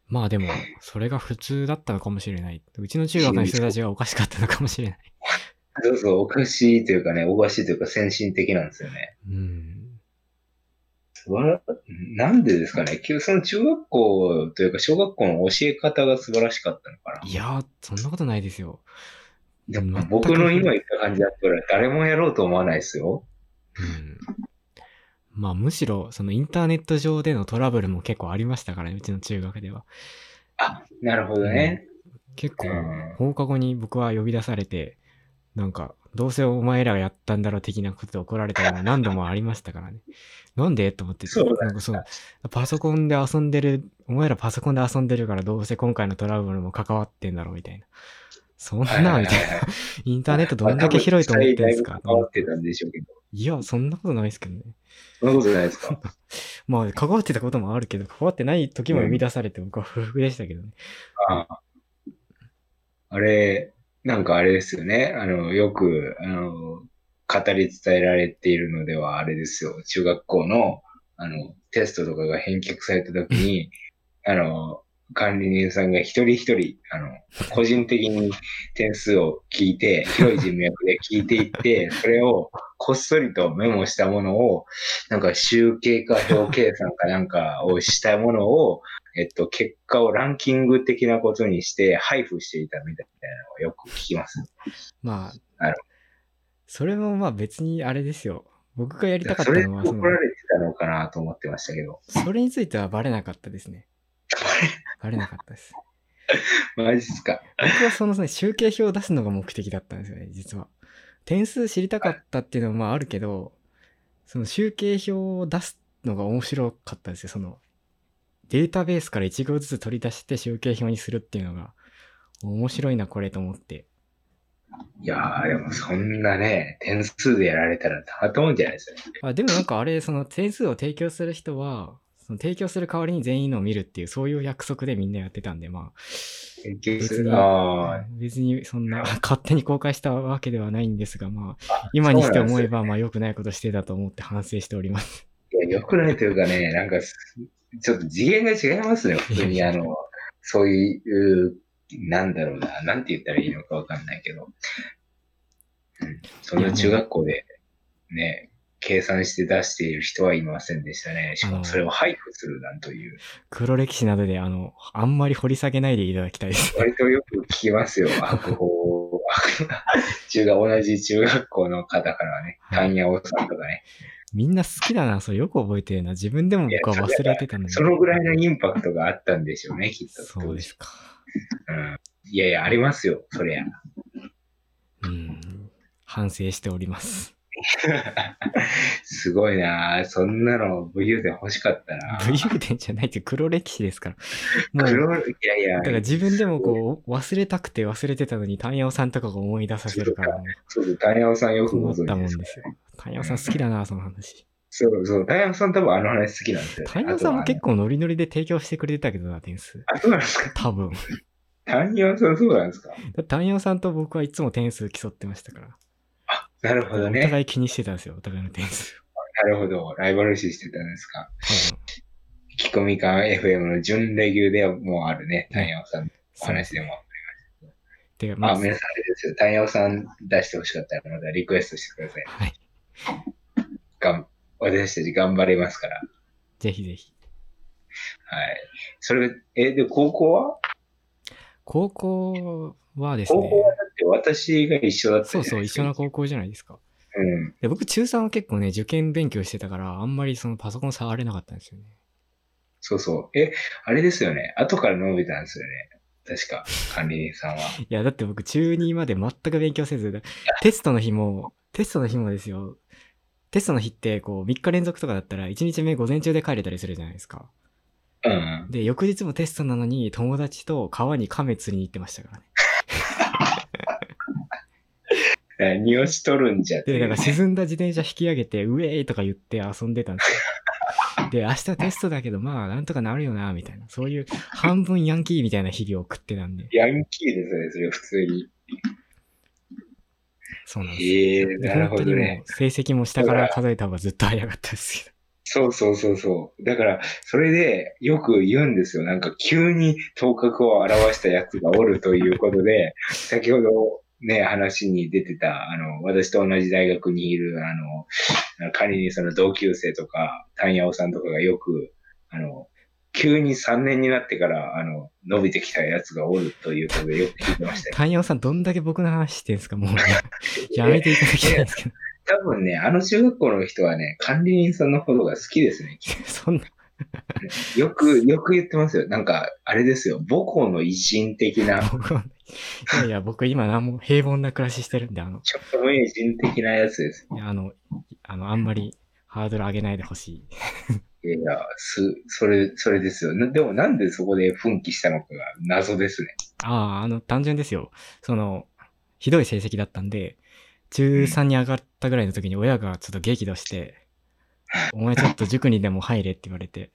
A: まあでも、それが普通だったのかもしれない。うちの中学の人たちはおかしかったのかもしれない。
B: そうそう、おかしいというかね、おかしいというか先進的なんですよね。
A: うん。
B: 素晴らなんでですかね。きゅその中学校というか小学校の教え方が素晴らしかったのかな。
A: いやー、そんなことないですよ。
B: でも
A: 全く
B: 僕の今言った感じだったら誰もやろうと思わないですよ。
A: うん。まあむしろ、そのインターネット上でのトラブルも結構ありましたからね、うちの中学では。
B: あ、なるほどね。
A: 結構
B: う、ん
A: 放課後に僕は呼び出されて、なんか、どうせお前らがやったんだろう的なことで怒られたのが何度もありましたからね。 なんでと思って、
B: そうなんだ
A: なんかその、パソコンで遊んでる、お前らパソコンで遊んでるからどうせ今回のトラブルも関わってんだろうみたいな。そんな、みたいな。
B: はいはいはいはい
A: インターネットどんだけ広いと思ってんですか
B: まあ多分使いだいぶ関わってたんでしょうけど。
A: いや、そんなことないですけどね。
B: そんなことないですか。
A: まあ、関わってたこともあるけど、関わってない時も生み出されて僕は不服でしたけどね。
B: ああれ、なんかあれですよね。あの、よく、あの、語り伝えられているのではあれですよ。中学校の、あの、テストとかが返却された時に、あの、管理人さんが一人一人、あの、個人的に点数を聞いて、広い人脈で聞いていって、それをこっそりとメモしたものを、なんか集計か表計算かなんかをしたものを、えっと、結果をランキング的なことにして配布していたみたいなのをよく聞きます。
A: まあ、
B: なる
A: それもまあ別にあれですよ。僕がやりたかっ
B: そ
A: た
B: れで
A: のは、そ
B: 怒
A: の、
B: られてたのかなと思ってましたけど。
A: それについてはバレなかったですね。バレなかったです。
B: マジっすか。
A: 僕はその、ね、集計表を出すのが目的だったんですよね、実は。点数知りたかったっていうのもまああるけど、その集計表を出すのが面白かったんですよ。そのデータベースから1行ずつ取り出して集計表にするっていうのが面白いな、これと思って。
B: いやー、でもそんなね、点数でやられたらたまったもんじゃないですよ。
A: あでもなんかあれ、その点数を提供する人は、その提供する代わりに全員のを見るっていう、そういう約束でみんなやってたんで、まあ、
B: 研究す
A: 別に
B: る。あ
A: 別にそんな勝手に公開したわけではないんですが、まあ、今にして思えば、まあ、良くないことしてたと思って反省しております。
B: あ、よくないというかね、なんかす、ちょっと次元が違い ますね、普通に。あの、そういう、なんだろうな、なんて言ったらいいのかわかんないけど。うん、そんな中学校で、ね、計算して出している人はいませんでしたね。しかもそれを配布するなんという。
A: 黒歴史などで、あの、あんまり掘り下げないでいただきたいです。
B: 割とよく聞きます よ、白鵬。 中学、同じ中学校の方からはね、
A: はい
B: 単屋おさんとかね、
A: みんな好きだな、それよく覚えてるな。自分でも僕は忘れてたのに。
B: そのぐらいのインパクトがあったんでしょうね、きっと。
A: そうですか。
B: うん。いやいや、ありますよ、そりゃ。
A: うん。反省しております。
B: すごいなぁそんなの武勇伝欲しかったな
A: 武勇伝じゃないって黒歴史ですから。 もう、
B: 黒いやいや
A: だ、から自分でもこう、忘れたくて忘れてたのに、タンヤオさんとかが思い出させるから、
B: そうそう、ダイヤオさんよく
A: 困
B: ご
A: っ
B: 存
A: たもん
B: 知
A: で
B: ですか
A: すよ。タンヤオさん好きだな、その話。
B: そうそう、ダイヤオさん多分あの話好きなんですよ、ね。
A: タンヤオさんも結
B: 構。
A: 構ノリノリで提供してくれてたけどな、点 数。
B: あ、そうなんですか。
A: 多分。
B: ダイヤオさんそうなんですか。
A: タンヤオさんと僕はいつも点数競ってましたから。
B: なるほど
A: お
B: ね。
A: 互い気にしてたんですよ、お互いの点数。
B: なるほど。ライバル視してたんですか。
A: 多分。
B: 聞き込み感 FM の準レギュでもあるね、ダイヤオさんのお
A: そう
B: 話でも。
A: てか、ま
B: あ、
A: あ、
B: 皆さんあれですよ。ダイヤオさん出してほしかったら、またリクエストしてください。
A: はい。
B: がん私たち頑張れますから。
A: ぜひぜひ。
B: はい。それが、え、で、高校は
A: 高校はです
B: 高
A: ね、
B: 校はだって私が一緒だったじ
A: そ
B: ゃ
A: う
B: ない
A: そう、一緒な高校じゃないですか。
B: うん。
A: で僕、中3は結構ね、受験勉強してたから、あんまりそのパソコン触れなかったんですよね。
B: そうそう。え、あれですよね。後から伸びたんですよね。確か、管理人さん は。
A: いや、だって僕、中2まで全く勉強せず、テストの日も、テストの日もですよ。テストの日って、こう、3日連続とかだったら、1日目午前中で帰れたりするじゃないですか。
B: うん。
A: で、翌日もテストなのに、友達と川に亀釣りに行ってましたからね。
B: 何をしとるんじゃって
A: で、
B: い
A: だ
B: う
A: から沈んだ自転車引き上げて、ウェーイとか言って遊んでたんですよ。で、明日テストだけど、まあ、なんとかなるよな、みたいな。そういう、半分ヤンキーみたいな日々を送ってたんで。
B: ヤンキーですね、それ、普通に。
A: そうなんですよ。
B: ええ
A: で
B: なる
A: 本
B: ほ
A: 当
B: ど
A: に
B: ね
A: も。う成績も下から数えた方がずっと早かったですけど。
B: そうそうそうそう。だから、それでよく言うんですよ。なんか急に頭角を現したやつがおるということで、 先ほどね、話に出てた、あの、私と同じ大学にいる、あの、仮にその同級生とか、丹ヤオさんとかがよく、あの、急に3年になってから、あの、伸びてきたやつがおるということでよく聞いてましたよ。
A: タンヤオさん、どんだけ僕の話してんすかもう、やめていただきたいんですけど。
B: 多分ね、あの中学校の人はね、管理人さんのことが好きですね。
A: そんな、
B: よく、よく言ってますよ。なんか、あれですよ。母校の偉人的な、
A: 僕は、いやいや、僕今何も平凡な暮らししてるんで、あの、
B: 著名人的なやつです。
A: いやあの、あの、あんまりハードル上げないでほしい。
B: いやいや、す、それ、それですよ。なでもなんでそこで奮起したのかが謎ですね。
A: ああ、あの、単純ですよ。その、ひどい成績だったんで、中3に上がったぐらいの時に親がちょっと激怒して、お前ちょっと塾にでも入れって言われて。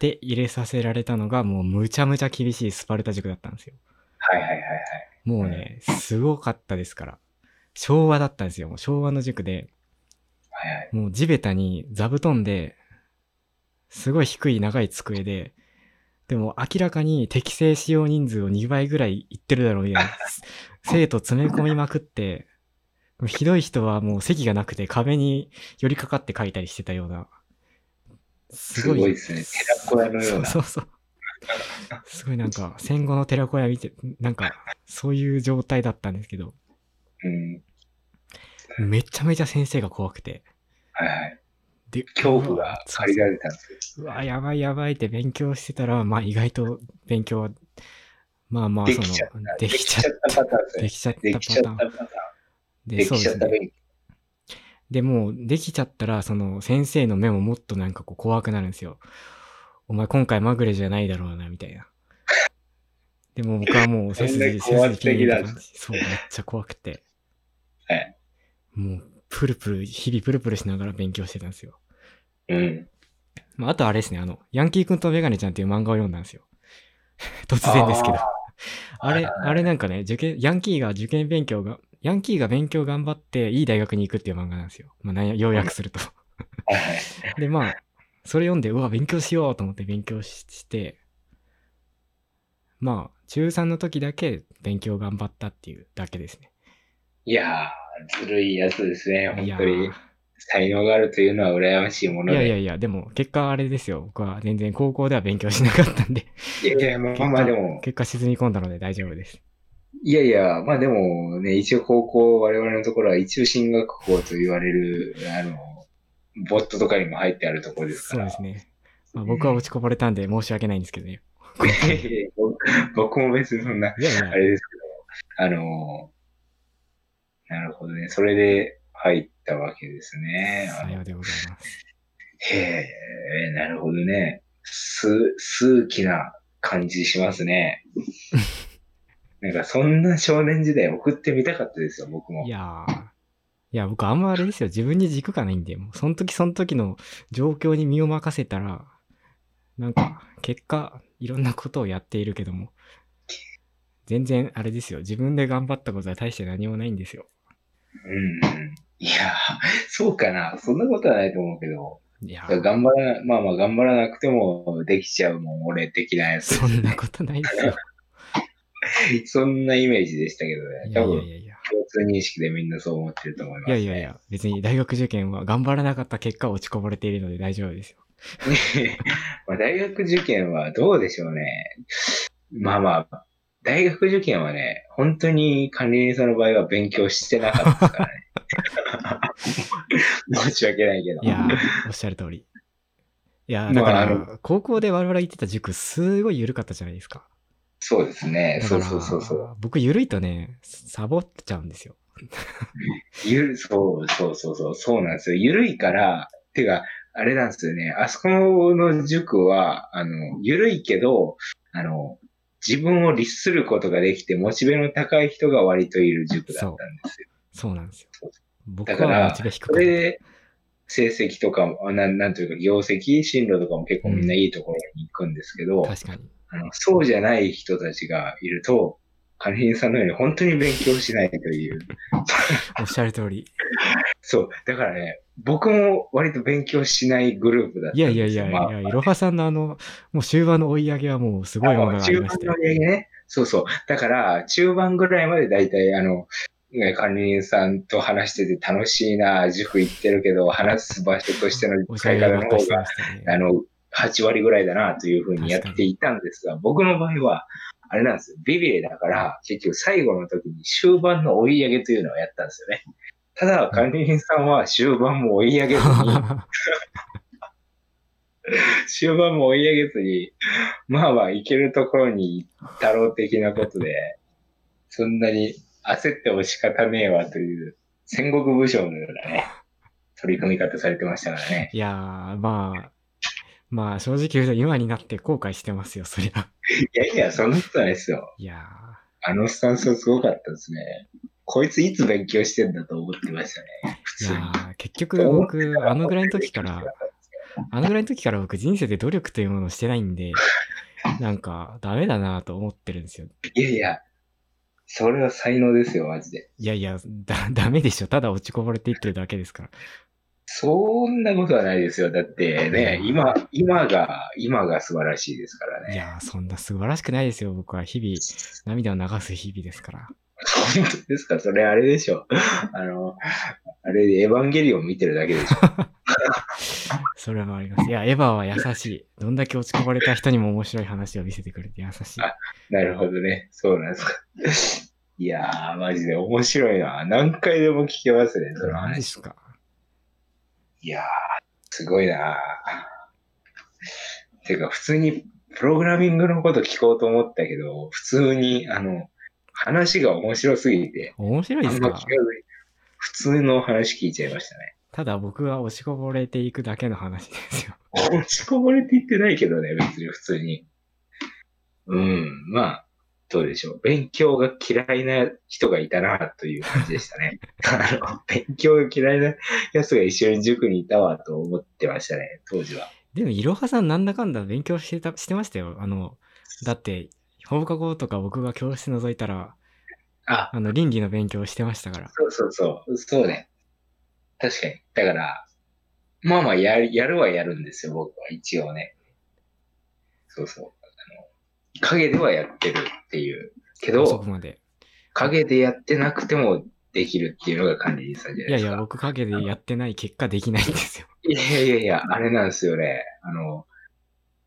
A: で、入れさせられたのが、もうむちゃむちゃ厳しいスパルタ塾だったんですよ。
B: はいはいはいはい。
A: もうね、すごかったですから。昭和だったんですよ。もう昭和の塾で、
B: はいはい。
A: もう地べたに座布団で、すごい低い長い机で、でも明らかに適正使用人数を2倍ぐらいいってるだろうみ たいな。生徒詰め込みまくって、ひどい人はもう席がなくて壁に寄りかかって書いたりしてたような。す
B: すごいですね寺子屋のような
A: そうそうそう。すごいなんか戦後の寺子屋見て、なんかそういう状態だったんですけど、
B: うん。
A: めちゃめちゃ先生が怖くて。
B: はいはい。
A: で、
B: 恐怖が
A: そうそう
B: 借りられたんですよ。
A: うわ、やばいやばいって勉強してたら、まあ意外と勉強は、まあまあ、
B: で
A: その
B: きちゃっ、た。
A: できちゃっ
B: できちゃったパ
A: た。で。き
B: ターンですね
A: ちゃった
B: で
A: パ
B: きちゃった
A: タ
B: パ
A: ー
B: タ
A: ン。
B: ーン。
A: で、
B: で
A: そう
B: き
A: で
B: ちゃっ
A: す
B: た
A: ね。
B: 勉
A: でもう、できちゃったら、その、先生の目ももっとなんかこう怖くなるんですよ。お前今回まぐれじゃないだろうな、みたいな。でも僕は もう背筋、
B: そ
A: 背
B: んな怖
A: 筋
B: い
A: ピン入れた
B: 敵だ
A: 感じ。そう、めっちゃ怖くて。
B: はい。
A: もう、プルプル、日々プルプルしながら勉強してたんですよ。
B: うん。
A: まあ、あとあれですね、あの、ヤンキーくんとメガネちゃんっていう漫画を読んだんですよ。 突然ですけど。
B: あ
A: あれ、あれなんかね、受験、ヤンキーが受験勉強が、ヤンキーが勉強頑張っていい大学に行くっていう漫画なんですよ。まあ、なんや要約する と。
B: ー。はいはい。
A: で、まあ、それ読んで、うわ、勉強しようと思って勉強しして、まあ、中3の時だけ勉強頑張ったっていうだけですね。
B: いやー、ずるいやつですね。
A: い
B: 本
A: や
B: 当
A: ー
B: に。才能があるというのは羨ましいもの
A: いや
B: で。
A: いやいや、でも、結果あれですよ。僕は全然高校では勉強しなかったんで、
B: いやいや、まあまあでも。
A: 結果沈み込んだので大丈夫です。
B: いやいや、まあでもね、一応高校、我々のところは一応進学校と言われる、あの、ボットとかにも入ってあるところです
A: そ
B: か
A: うで
B: ら。
A: すね。まあ、僕は落ちこぼれたんで申し訳ないんですけどね。
B: いやいや 僕も別にそんな、
A: いやい
B: あ
A: や、
B: れですけど、あのーなるほどね。それで入ったわけですね。
A: さようでございます。
B: へえ、なるほどね。す、数奇な感じしま すね。なんかそんな少年時代送ってみたかったですよ、僕も
A: い。やーいや、僕あんまあれですよ。自分に軸がないんで、もうその時その時の状況に身を任せたら、なんか、結果、いろんなことをやっているけども、全然あれですよ。自分で頑張ったことは大して何もないんですよ。
B: うんうん。いや、そうかな。そんなことはないと思うけど。
A: いやー、
B: 頑張ら、まあまあ頑張らなくてもできちゃうもん、俺的なやつ
A: そ。んなことないです よ。
B: そんなイメージでしたけど
A: い
B: ね。
A: や
B: 多
A: いや
B: 分
A: いやいや。
B: 共通認識でみんなそう思ってると思います、
A: いや
B: ね。
A: いやいや、別に大学受験は頑張らなかった結果落ちこぼれているので大丈夫ですよ。
B: まあ大学受験はどうでしょうね。まあまあ、大学受験はね、本当に管理人さんの場合は勉強してなかったです からね。申し訳ないけど。
A: いやー、おっしゃる通り。いやー、
B: ま
A: だ
B: あ
A: か
B: あ
A: ら、高校で我々行ってた塾、すごい緩かったじゃないですか。
B: そうですね。
A: だか
B: そう
A: ら
B: そうそうそう。
A: 僕、緩いとね、サボっちゃうんですよ。
B: ゆる、そうそうそうそう、そうなんですよ。ゆるいから、てか、あれなんですよね。あそこの塾は、あの、ゆるいけど、あの、自分を律することができて、モチベの高い人が割といる塾だったんですよ
A: そうなんですよ
B: そう。
A: 僕
B: だか
A: は
B: ら
A: モチベ低
B: そ
A: か
B: れ
A: っ
B: で、成績とかも、なんなんというか、業績、進路とかも結構みんないいところに行くんですけど、
A: た。確かに。
B: あのそうじゃない人たちがいると、カニンさんのように本当に勉強しないという。
A: おっしゃる通り。
B: そう。だからね、僕も割と勉強しないグループだったん
A: いや
B: です
A: いやいや
B: よ。
A: い
B: まあ
A: や、いろはさんのあの、もう終盤の追い上げはもうすごいものがあり
B: 中
A: まし
B: 盤
A: て
B: の。売り上げね。そうそう。だから、中盤ぐらいまでだいたい、あの、ね管理人さんと話してて楽しいな、塾行ってるけど、話す場所としての
A: おしゃ
B: 使い
A: れば
B: 方の
A: っ
B: 方
A: かりして
B: が
A: ましたね。
B: あの、8割ぐらいだなというふうにやっていたんですが、僕の場合は、あれなんですよ。ビビレだから、結局最後の時に終盤の追い上げというのをやったんですよね。ただ、管理人さんは終盤も追い上げずに、終盤も追い上げずに、まあまあ行けるところに行ったろう的なことで、そんなに焦っても仕方ねえわという、戦国武将のようなね、取り組み方されてましたからね。
A: いやー、まあ、まあ正直言うと今になって後悔してますよ、そりゃ。
B: いやいや、そんなことないですよ。
A: いや
B: あのスタンスはすごかったですね。こいついつ勉強してんだと思ってましたね。普
A: ー、い
B: 通に。
A: やー結局僕、あのぐらいの時から、あのぐらいの時から僕人生で努力というものをしてないんで、なんかダメだなと思ってるんですよ。
B: いやいや、それは才能ですよ、マジで。
A: いやいや、だ、ダメでしょ。ただ落ちこぼれていってるだけですから。
B: そんなことはないですよ。だってね、今、今が、今が素晴らしいですから
A: い
B: ね。
A: やー、そんな素晴らしくないですよ。僕は日々、涙を流す日々ですから。
B: 本当ですかそれあれでしょ。あの、あれでエヴァンゲリオン見てるだけでしょ。
A: それもあります。いや、エヴァは優しい。どんだけ落ちこぼれた人にも面白い話を見せてくれて優しい。
B: なるほどね。そうなんですか。いやー、マジで面白いな。何回でも聞けますね、その
A: 何
B: 話
A: で。すか
B: いやー、すごいなー。てか、普通にプログラミングのこと聞こうと思ったけど、普通に、あの、話が面白すぎて、
A: 面白
B: あ
A: い
B: ん
A: で
B: ます聞か
A: か
B: ずに、普通の話聞いちゃいましたね。
A: ただ僕は落ちこぼれていくだけの話ですよ。
B: 落ちこぼれて言ってないけどね、別に普通に。うん、まあ、どうでしょう。勉強が嫌いな人がいたな、という感じでした ね。あの勉強が嫌いな奴が一緒に塾にいたわ、と思ってましたね、当時は。
A: でも、いろはさんなんだかんだ勉強してた、してましたよ。あの、だって、放課後とか僕が教室覗いたら、
B: あ
A: あの、倫理の勉強してましたから。
B: そうそうそう。そうね。確かに。だから、まあまあやる、やるはやるんですよ、僕は。一応ね。そうそう。あの、影ではやってるっていう。け
A: 遅
B: ど
A: く、まで。
B: 影でやってなくてもできるっていうのが管理人さんじゃ
A: い
B: な
A: やい
B: いですか。
A: や、僕陰でやってない結果できないんですよ。
B: いやいやいや、あれなんですよね。あの、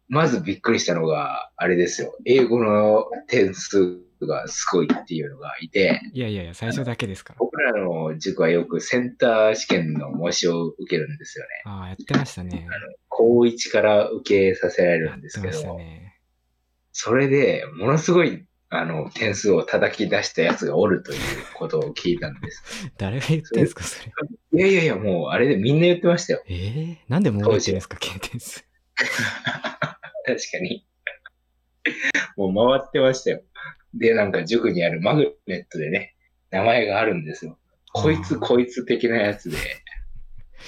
B: まずびっくりしたのが、あれですよ。英語の点数がすごいっていうのがいて、
A: いやいやいや、最初だけですから。
B: 僕らの塾はよくセンター試験の模試を受けるんですよね。
A: ああ、やってましたね。
B: 高1から受けさせられ
A: や
B: る
A: っ
B: ん
A: て
B: ですけ
A: ました
B: ど、
A: ね。
B: それで、ものすごい、あの、点数を叩き出したやつがおるということを聞いたんです。
A: 誰が言ってんすか、それ。
B: いやいやいや、もう、あれでみんな言ってましたよ。
A: えー、なんでもらってるんですか、経点数。
B: 確かに。 もう回ってましたよ。で、なんか塾にあるマグネットでね、名前があるんですよ。こいつこいつ的なやつで、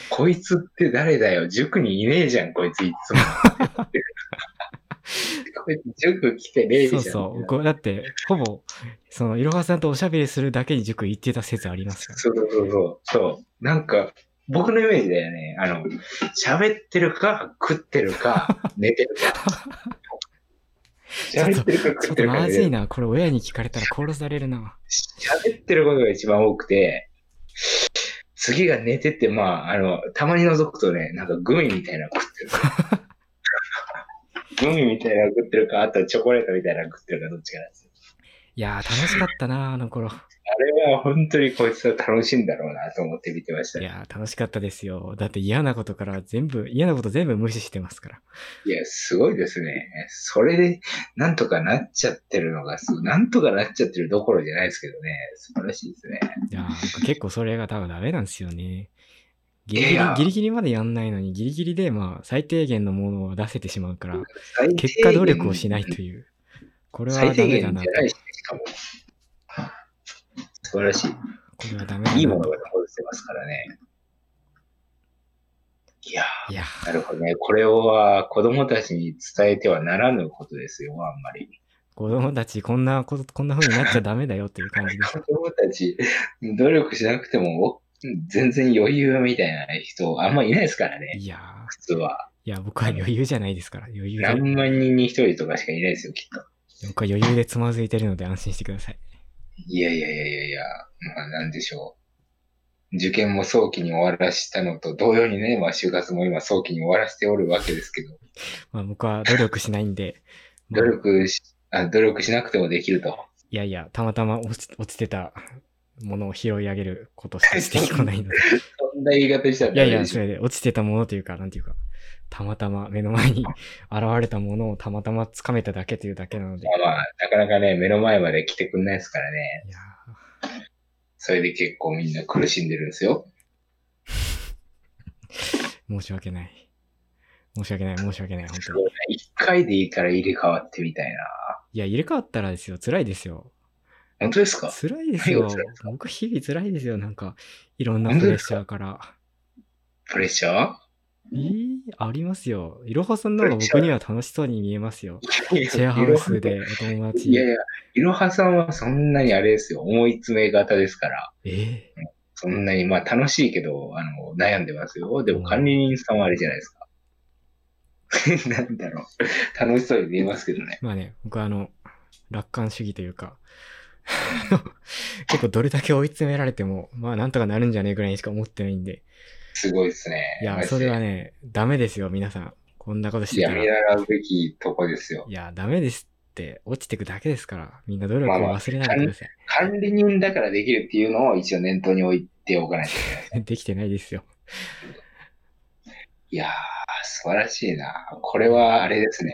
B: こいつって誰だよ塾にいねえじゃん、こいついつも。 こいつ塾来てねえじ
A: そ
B: ゃ。
A: うんそう。こうだって、ほぼ、その、いろはさんとおしゃべりするだけに塾行ってた説あります から。
B: そうそうそうそう。そう。なんか、僕のイメージだよね。あの、喋ってるか、食ってるか、寝てるか。喋ってる か、
A: ち
B: 食
A: ょ
B: っ
A: ってと
B: るか
A: ま
B: 寝
A: ず
B: て
A: い
B: るか。
A: な。これ親に聞かれたら殺されるな。
B: 喋ってることが一番多くて、次が寝てて、まあ、あの、たまに覗くとね、なんかグミみたいなの食ってる か。グミみたいなの食ってるか、あとチョコレートみたいなの食ってるか、どっちかなんですよ。
A: いやー、楽しかったな、あの 頃。
B: あれは本当にこいつは楽しいんだろうなと思って見てました
A: い
B: ね。
A: やー、楽しかったですよ。だって嫌なことから全部、嫌なこと全部無視してますから。
B: いや、すごいですね。それで、なんとかなっちゃってるのがすごい、なんとかなっちゃってるどころじゃないですけどね、素晴らしいですね。
A: いやー、なんか結構それが多分ダメなんですよね。ギリギ
B: い
A: リ
B: や、
A: ギリギリまでやんないのに、ギリギリで、まあ、最低限のものは出せてしまうから、
B: 最低限
A: 結果努力をしないという。これは
B: 最
A: ダ
B: 低
A: メ
B: 限じ
A: だ
B: ゃ
A: な
B: な
A: と。
B: いし、しかも。素晴らしい。
A: これはダメだなと。
B: いいものが残ってますからね。いや
A: いや
B: ー、なるほどね。これは子供たちに伝えてはならぬことですよ、あんまり。
A: 子供たちこんなこと、こんな風になっちゃダメだよっていう感じでした
B: 子。供たち、努力しなくても、全然余裕みたいな人、あんまいないですからね、
A: いやー、
B: 普通は。
A: いや、僕は余裕じゃないですから、余裕で。
B: 何万人に一人とかしかいないですよ、きっと。
A: 僕は余裕でつまずいてるので安心してください。
B: いやいやいやいやいや、まあなんでしょう。受験も早期に終わらしたのと同様にね、まあ就活も今早期に終わらせておるわけですけど、
A: まあ僕は努力しないん で、ま
B: 努
A: あ
B: 力し、あ努力しなくてもできると。
A: いやいや、たまたま落ち落ちてたものを拾い上げることしかしてこないの で。
B: そんな言い方したら
A: いやい
B: ダメで
A: や、
B: し
A: そ
B: ょ。
A: れで落ちてたものというか、なんていうか、たまたま目の前 に現れたものをたまたま掴めただけというだけなので。
B: まあまあ、なかなかね、目の前まで来てくんないですからね。
A: いや
B: それで結構みんな苦しんでるんですよ。
A: ー申し訳ない。申し訳ない、申し訳ない、本当
B: そう
A: に。
B: ね一回でいいから入れ替わってみたいな。
A: いや、入れ替わったらですよ、辛いですよ。
B: 本当ですか
A: 辛いです
B: 何
A: よ
B: が辛いです。
A: 僕、日々辛いですよ。なんか、いろんなプレッシャーから。
B: プレッシャー
A: えー、ありますよ。いろはさんの方が僕には楽しそうに見えますよ。シェアハウスでお友達。
B: いやいや、いろはさんはそんなにあれですよ、思い詰め型ですから、
A: え
B: そんなに、まあ楽しいけど、あの、悩んでますよ。でも管理人さんはあれじゃないですか。 なんだろう。楽しそうに見えますけどね。
A: ーまあね、僕はあの、楽観主義というか、 結構どれだけ追い詰められても、まあなんとかなるんじゃねえぐらいにしか思ってないんで。
B: すごいですね。
A: い
B: マ
A: や、
B: ジで
A: それはね、ダメですよ、皆さん。こんなことし
B: い
A: て
B: や、
A: たら。
B: 見
A: い
B: 習うべきとこですよ。
A: や、ダメですって、落ちてくだけですから、みんな努力を忘れないでください。
B: 管理人だからできるっていうのを一応念頭に置いておかないといけない。
A: できてない ですよ。
B: いやー、素晴らしいな。これはあれですね。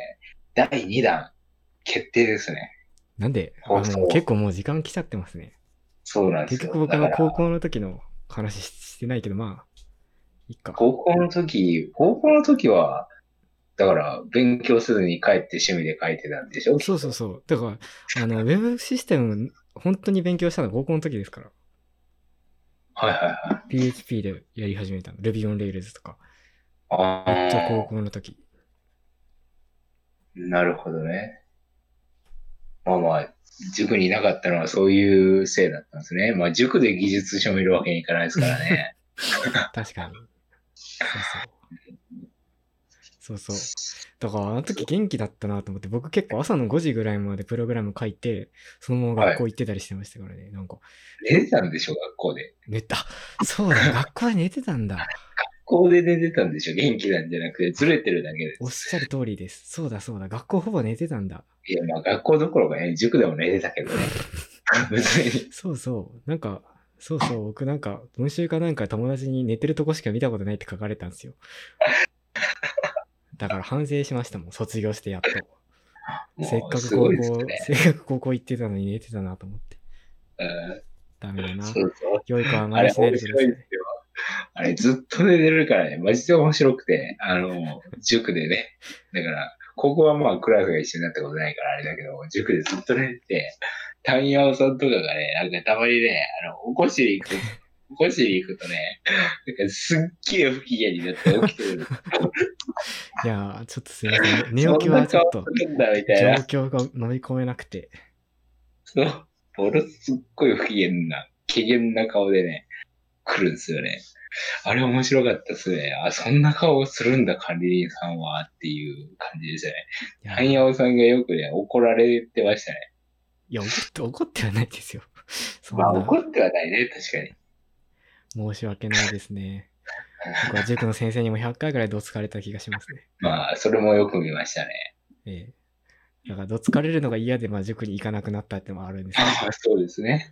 B: 第2弾、決定ですね。
A: なんで、あ
B: そうそう
A: の結構もう時間来ちゃってますね。
B: そうなんです
A: 結
B: よ。
A: 局僕
B: だ
A: の
B: から
A: 高校の時の話ししてないけど、まあ、いっか。
B: 高校の時、高校の時は、だから、勉強せずに帰って趣味で書いてたんでしょ
A: そうそうそう。だから、あの、ウェブシステム、本当に勉強したのは高校の時ですから。
B: はいはいはい。
A: PHP でやり始めたの。Ruby on Rails とか。
B: あ
A: めっちゃ高
B: あ、
A: 校の時。
B: なるほどね。まあまあ、塾にいなかったのはそういうせいだったんですね。まあ、塾で技術書見るわけにいかないですから ね。
A: 確かに。そうそう。そうそう。だから、あの時元気だったなと思って、僕結構朝の5時ぐらいまでプログラム書いて、そのまま学校行ってたりしてましたからね。なんか、
B: 寝てたんでしょ、学校で。
A: 寝た。そうだ、学校で寝てたんだ。
B: 学校で寝てたんでしょ、元気なんじゃなくて、ずれてるだけで
A: おっ
B: す。
A: しゃる通りです。そうだそうだ。学校ほぼ寝てたんだ。
B: いや、まあ、学校どころかね、塾でも寝てた けどね。別に。
A: そうそう。なんか、そうそう。僕なんか、文集かなんか友達に寝てるとこしか見たことないって書かれ たんですよ。だから反省しましたもん。卒業してやっと。
B: もう
A: せっかく
B: す
A: 高
B: ご
A: 校、
B: いですね。
A: せっかく高校行ってたのに寝てたなと思って。ダメだ
B: うん
A: な。
B: そうそう。
A: 良い子は
B: あ
A: 真
B: れ
A: 似
B: 面
A: しな
B: 白
A: い
B: い
A: でくだ
B: です
A: さい。
B: よ。あれずっと寝れるからね、マジで面白くて、あの、塾でね。だから、ここはまあクラスが一緒になったことないからあれだけど、塾でずっと寝てて、タイヤオさんとかがね、なんかたまにね、あの、起こしに行く、 起こしに行くとね、なんかすっげえ不機嫌になって起きて る。
A: いやー、ちょっとすいません。寝起きはちょっと
B: そんな顔するんだみたいな。
A: 状況が飲み込めなくて。
B: そう。 ものすっごい不機嫌な、機嫌な顔でね、来るんですよね。あれ面白かったですね。あ、そんな顔をするんだ、管理人さんは、っていう感じですよね。
A: いや
B: タイヤオさんがよくね、怒られてましたね。
A: いや怒って怒ってはないです よ。そん
B: まあ、
A: な
B: 怒ってはないね、確かに。
A: 申し訳ないですね。僕は塾の先生にも100回ぐらいどつかれた気がしますね。
B: まあ、それもよく見ましたね。
A: ええ。だからどつかれるのが嫌で、まあ、塾に行かなくなったってのもあるんです けど、
B: あそうですね。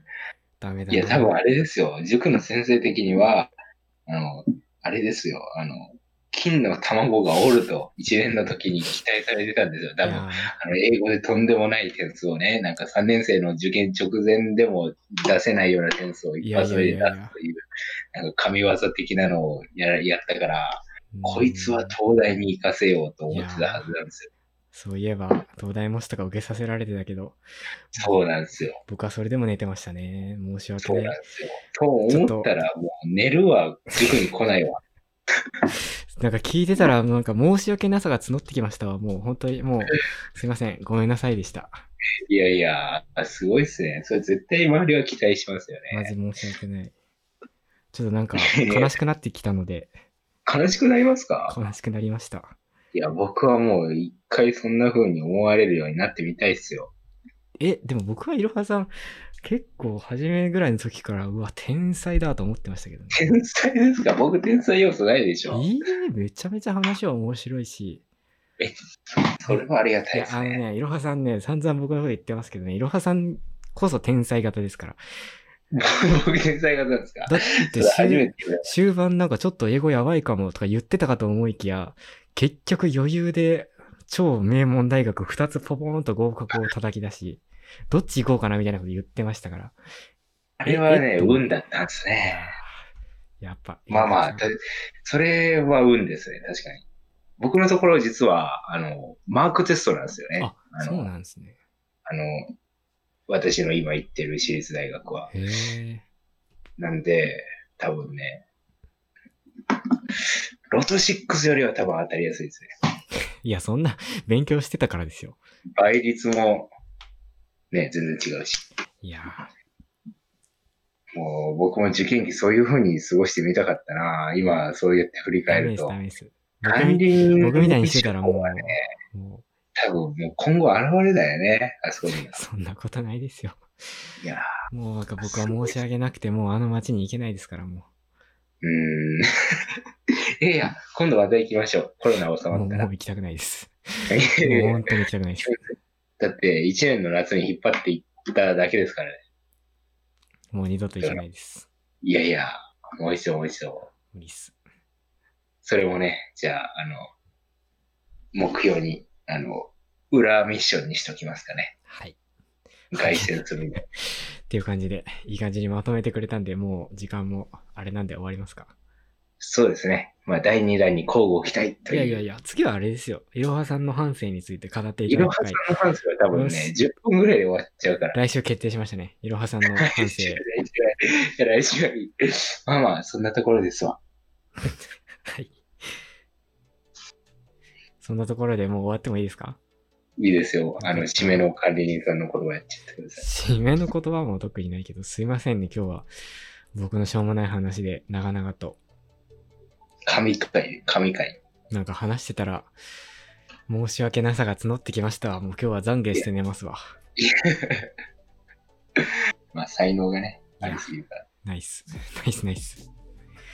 A: ダメだ
B: い
A: な。
B: や、多分あれですよ。塾の先生的には、あの、あれですよ。あの、金の卵がおると、一年の時に期待されてたんですよ。多
A: い
B: 分
A: や
B: あの英語でとんでもない点数をね、なんか3年生の受験直前でも出せないような点数を一発目で出す
A: いやいやいやいや
B: という、なんか神業的なのをやらやったから、
A: ー
B: こいつは
A: うん
B: 東大に行かせようと思ってたはずなんですよ。
A: そういえば、東大模試とか受けさせられてたけど、
B: そうなんですよ。
A: 僕はそれでも寝てましたね。申し訳
B: そう
A: な
B: なん
A: い。
B: ですよ。と思ったら、もう寝るわ、塾に来ないわ。
A: なんか聞いてたら、なんか申し訳なさが募ってきましたわ。もう本当に、 もう、すいません。ごめんなさいでした。
B: いやいや、すごいっすね。それ絶対周りは期待しますよ
A: マ
B: ね。
A: ジ申し訳ない。ちょっとなんか悲しくなってきたので、
B: 悲しくなりますか
A: 悲しくなりました。
B: いや、僕はもう一回そんな風に思われるようになってみたいっすよ。
A: え、でも僕はいろはさん、結構初めぐらいの時から、うわ、天才だと思ってましたけどね。
B: 天才ですか僕天才要素ないでしょ
A: いいね、めちゃめちゃ話は面白いし。
B: それはありが
A: い
B: たい
A: や
B: で、す
A: あの
B: ね。
A: ね、いろはさんね、散々僕のこと言ってますけどね、いろはさんこそ天才型ですから。
B: 僕天才型なんですか
A: だっ
B: そ
A: て
B: れ初
A: 終
B: めて言う
A: 終盤なんかちょっと英語やばいかもとか言ってたかと思いきや、結局余裕で超名門大学2つポポーンと合格を叩き出し、どっち行こうかなみたいなこと言ってましたから。
B: あれは
A: ええ
B: ね
A: っ、と
B: 運だったんです
A: いや
B: ね。
A: ーやっぱ。
B: まあまあ、
A: い
B: たそれは運ですね、確かに。僕のところ実は、あの、マークテストなんですよね。
A: あ、
B: あ
A: そう
B: の、
A: なんですね。
B: あの私の今行ってる私立大学は。
A: へえ。
B: なんで、多分ね、ロト6よりは多分当たりやすいですね。
A: いや、そんな勉強してたからですよ。
B: 倍率も、ね、全然違うし。
A: いや
B: もう僕も受験期そういう風に過ごしてみたかったな。今そうやって振り
A: ー、ダ
B: 返
A: メ
B: る
A: です、
B: と
A: ダ。メです。僕
B: 管
A: み
B: 理人
A: 僕みたいにしてたらも
B: の方はね
A: う、も
B: 多分もう今後現れだよね。あそこには
A: う、。そんなことないです よ。
B: いや
A: もうなんか僕は申し訳なくて、もうあの街に行けないですから、も
B: ーうーん。いやいや、今度また行きましょう。コロナ収
A: う。もう
B: まっ
A: も
B: た
A: う
B: ら。
A: 行きたくないです。
B: いやいやい
A: もう
B: や
A: 本当に行きたくない です。
B: だって1年の夏に引っ張っていっただけですからね。
A: もう二度と行けないです。
B: いやいや、もう一度もう一度。
A: 無理っす。
B: それもね、じゃあ、あの、目標に、あの、裏ミッションにしときますかね。
A: はい。
B: 外旋するみたい
A: っ
B: な。
A: ていう感じで、いい感じにまとめてくれたんで、もう時間もあれなんで終わりますか。
B: そうですね。まあ、第2弾に交互期待と
A: い
B: い
A: や
B: う。
A: いやいや、次はあれですよ。いろはさんの反省について語ってい
B: い
A: ただ
B: ろ
A: く
B: はさん
A: 回。
B: の反省は多分ね、10分ぐらいで終わっちゃうから。
A: 来週決定しましたね。いろはさんの反省
B: 来 週、。来週はいい、まあまあ、そんなところですわ。
A: はい。そんなところでもう終わってもいいですか
B: いいですよ。あの、締めの管理人さんの言葉やっちゃってくださ い。
A: 締めの言葉も特にないけど、すいませんね、今日は。僕のしょうもない話で、長々と。
B: 神回、神回。
A: なんか話してたら、申し訳なさが募ってきましたわ。もう今日は懺悔して寝ますわ。
B: まあ、才能がね、ありすぎるから。
A: ナイス。ナイスナイス。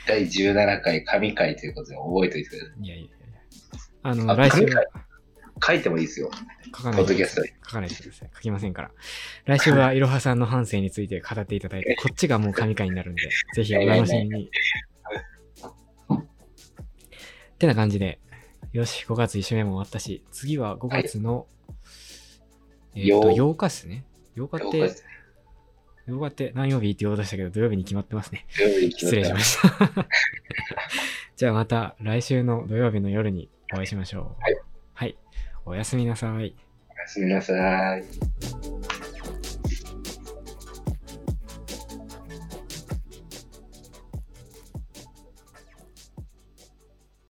B: 第17回、神回ということで覚えておいてください。
A: いやいやいやいや。あの、
B: あ
A: 来週
B: 神
A: は
B: 回書いてもいいですよ。
A: 書かないでください。書かないでください。書きませんから。来週はいろはさんの反省について語っていただいて、こっちがもう神回になるんで、 ぜひお楽しみに。ってな感じで、よし、5月1週目も終わったし、次は5月の、えーと、8
B: よ
A: 日っすね。8日っ
B: どうか
A: て、8日って何曜日って言おうとしたけど、土曜日に決まってますね。
B: 土曜日に
A: 失
B: 決まっ
A: 礼
B: た
A: し
B: ら
A: ました。 じゃあまた来週の土曜日の夜にお会いしましょう。
B: はい。
A: はい。おやすみなさい。
B: おやすみなさい。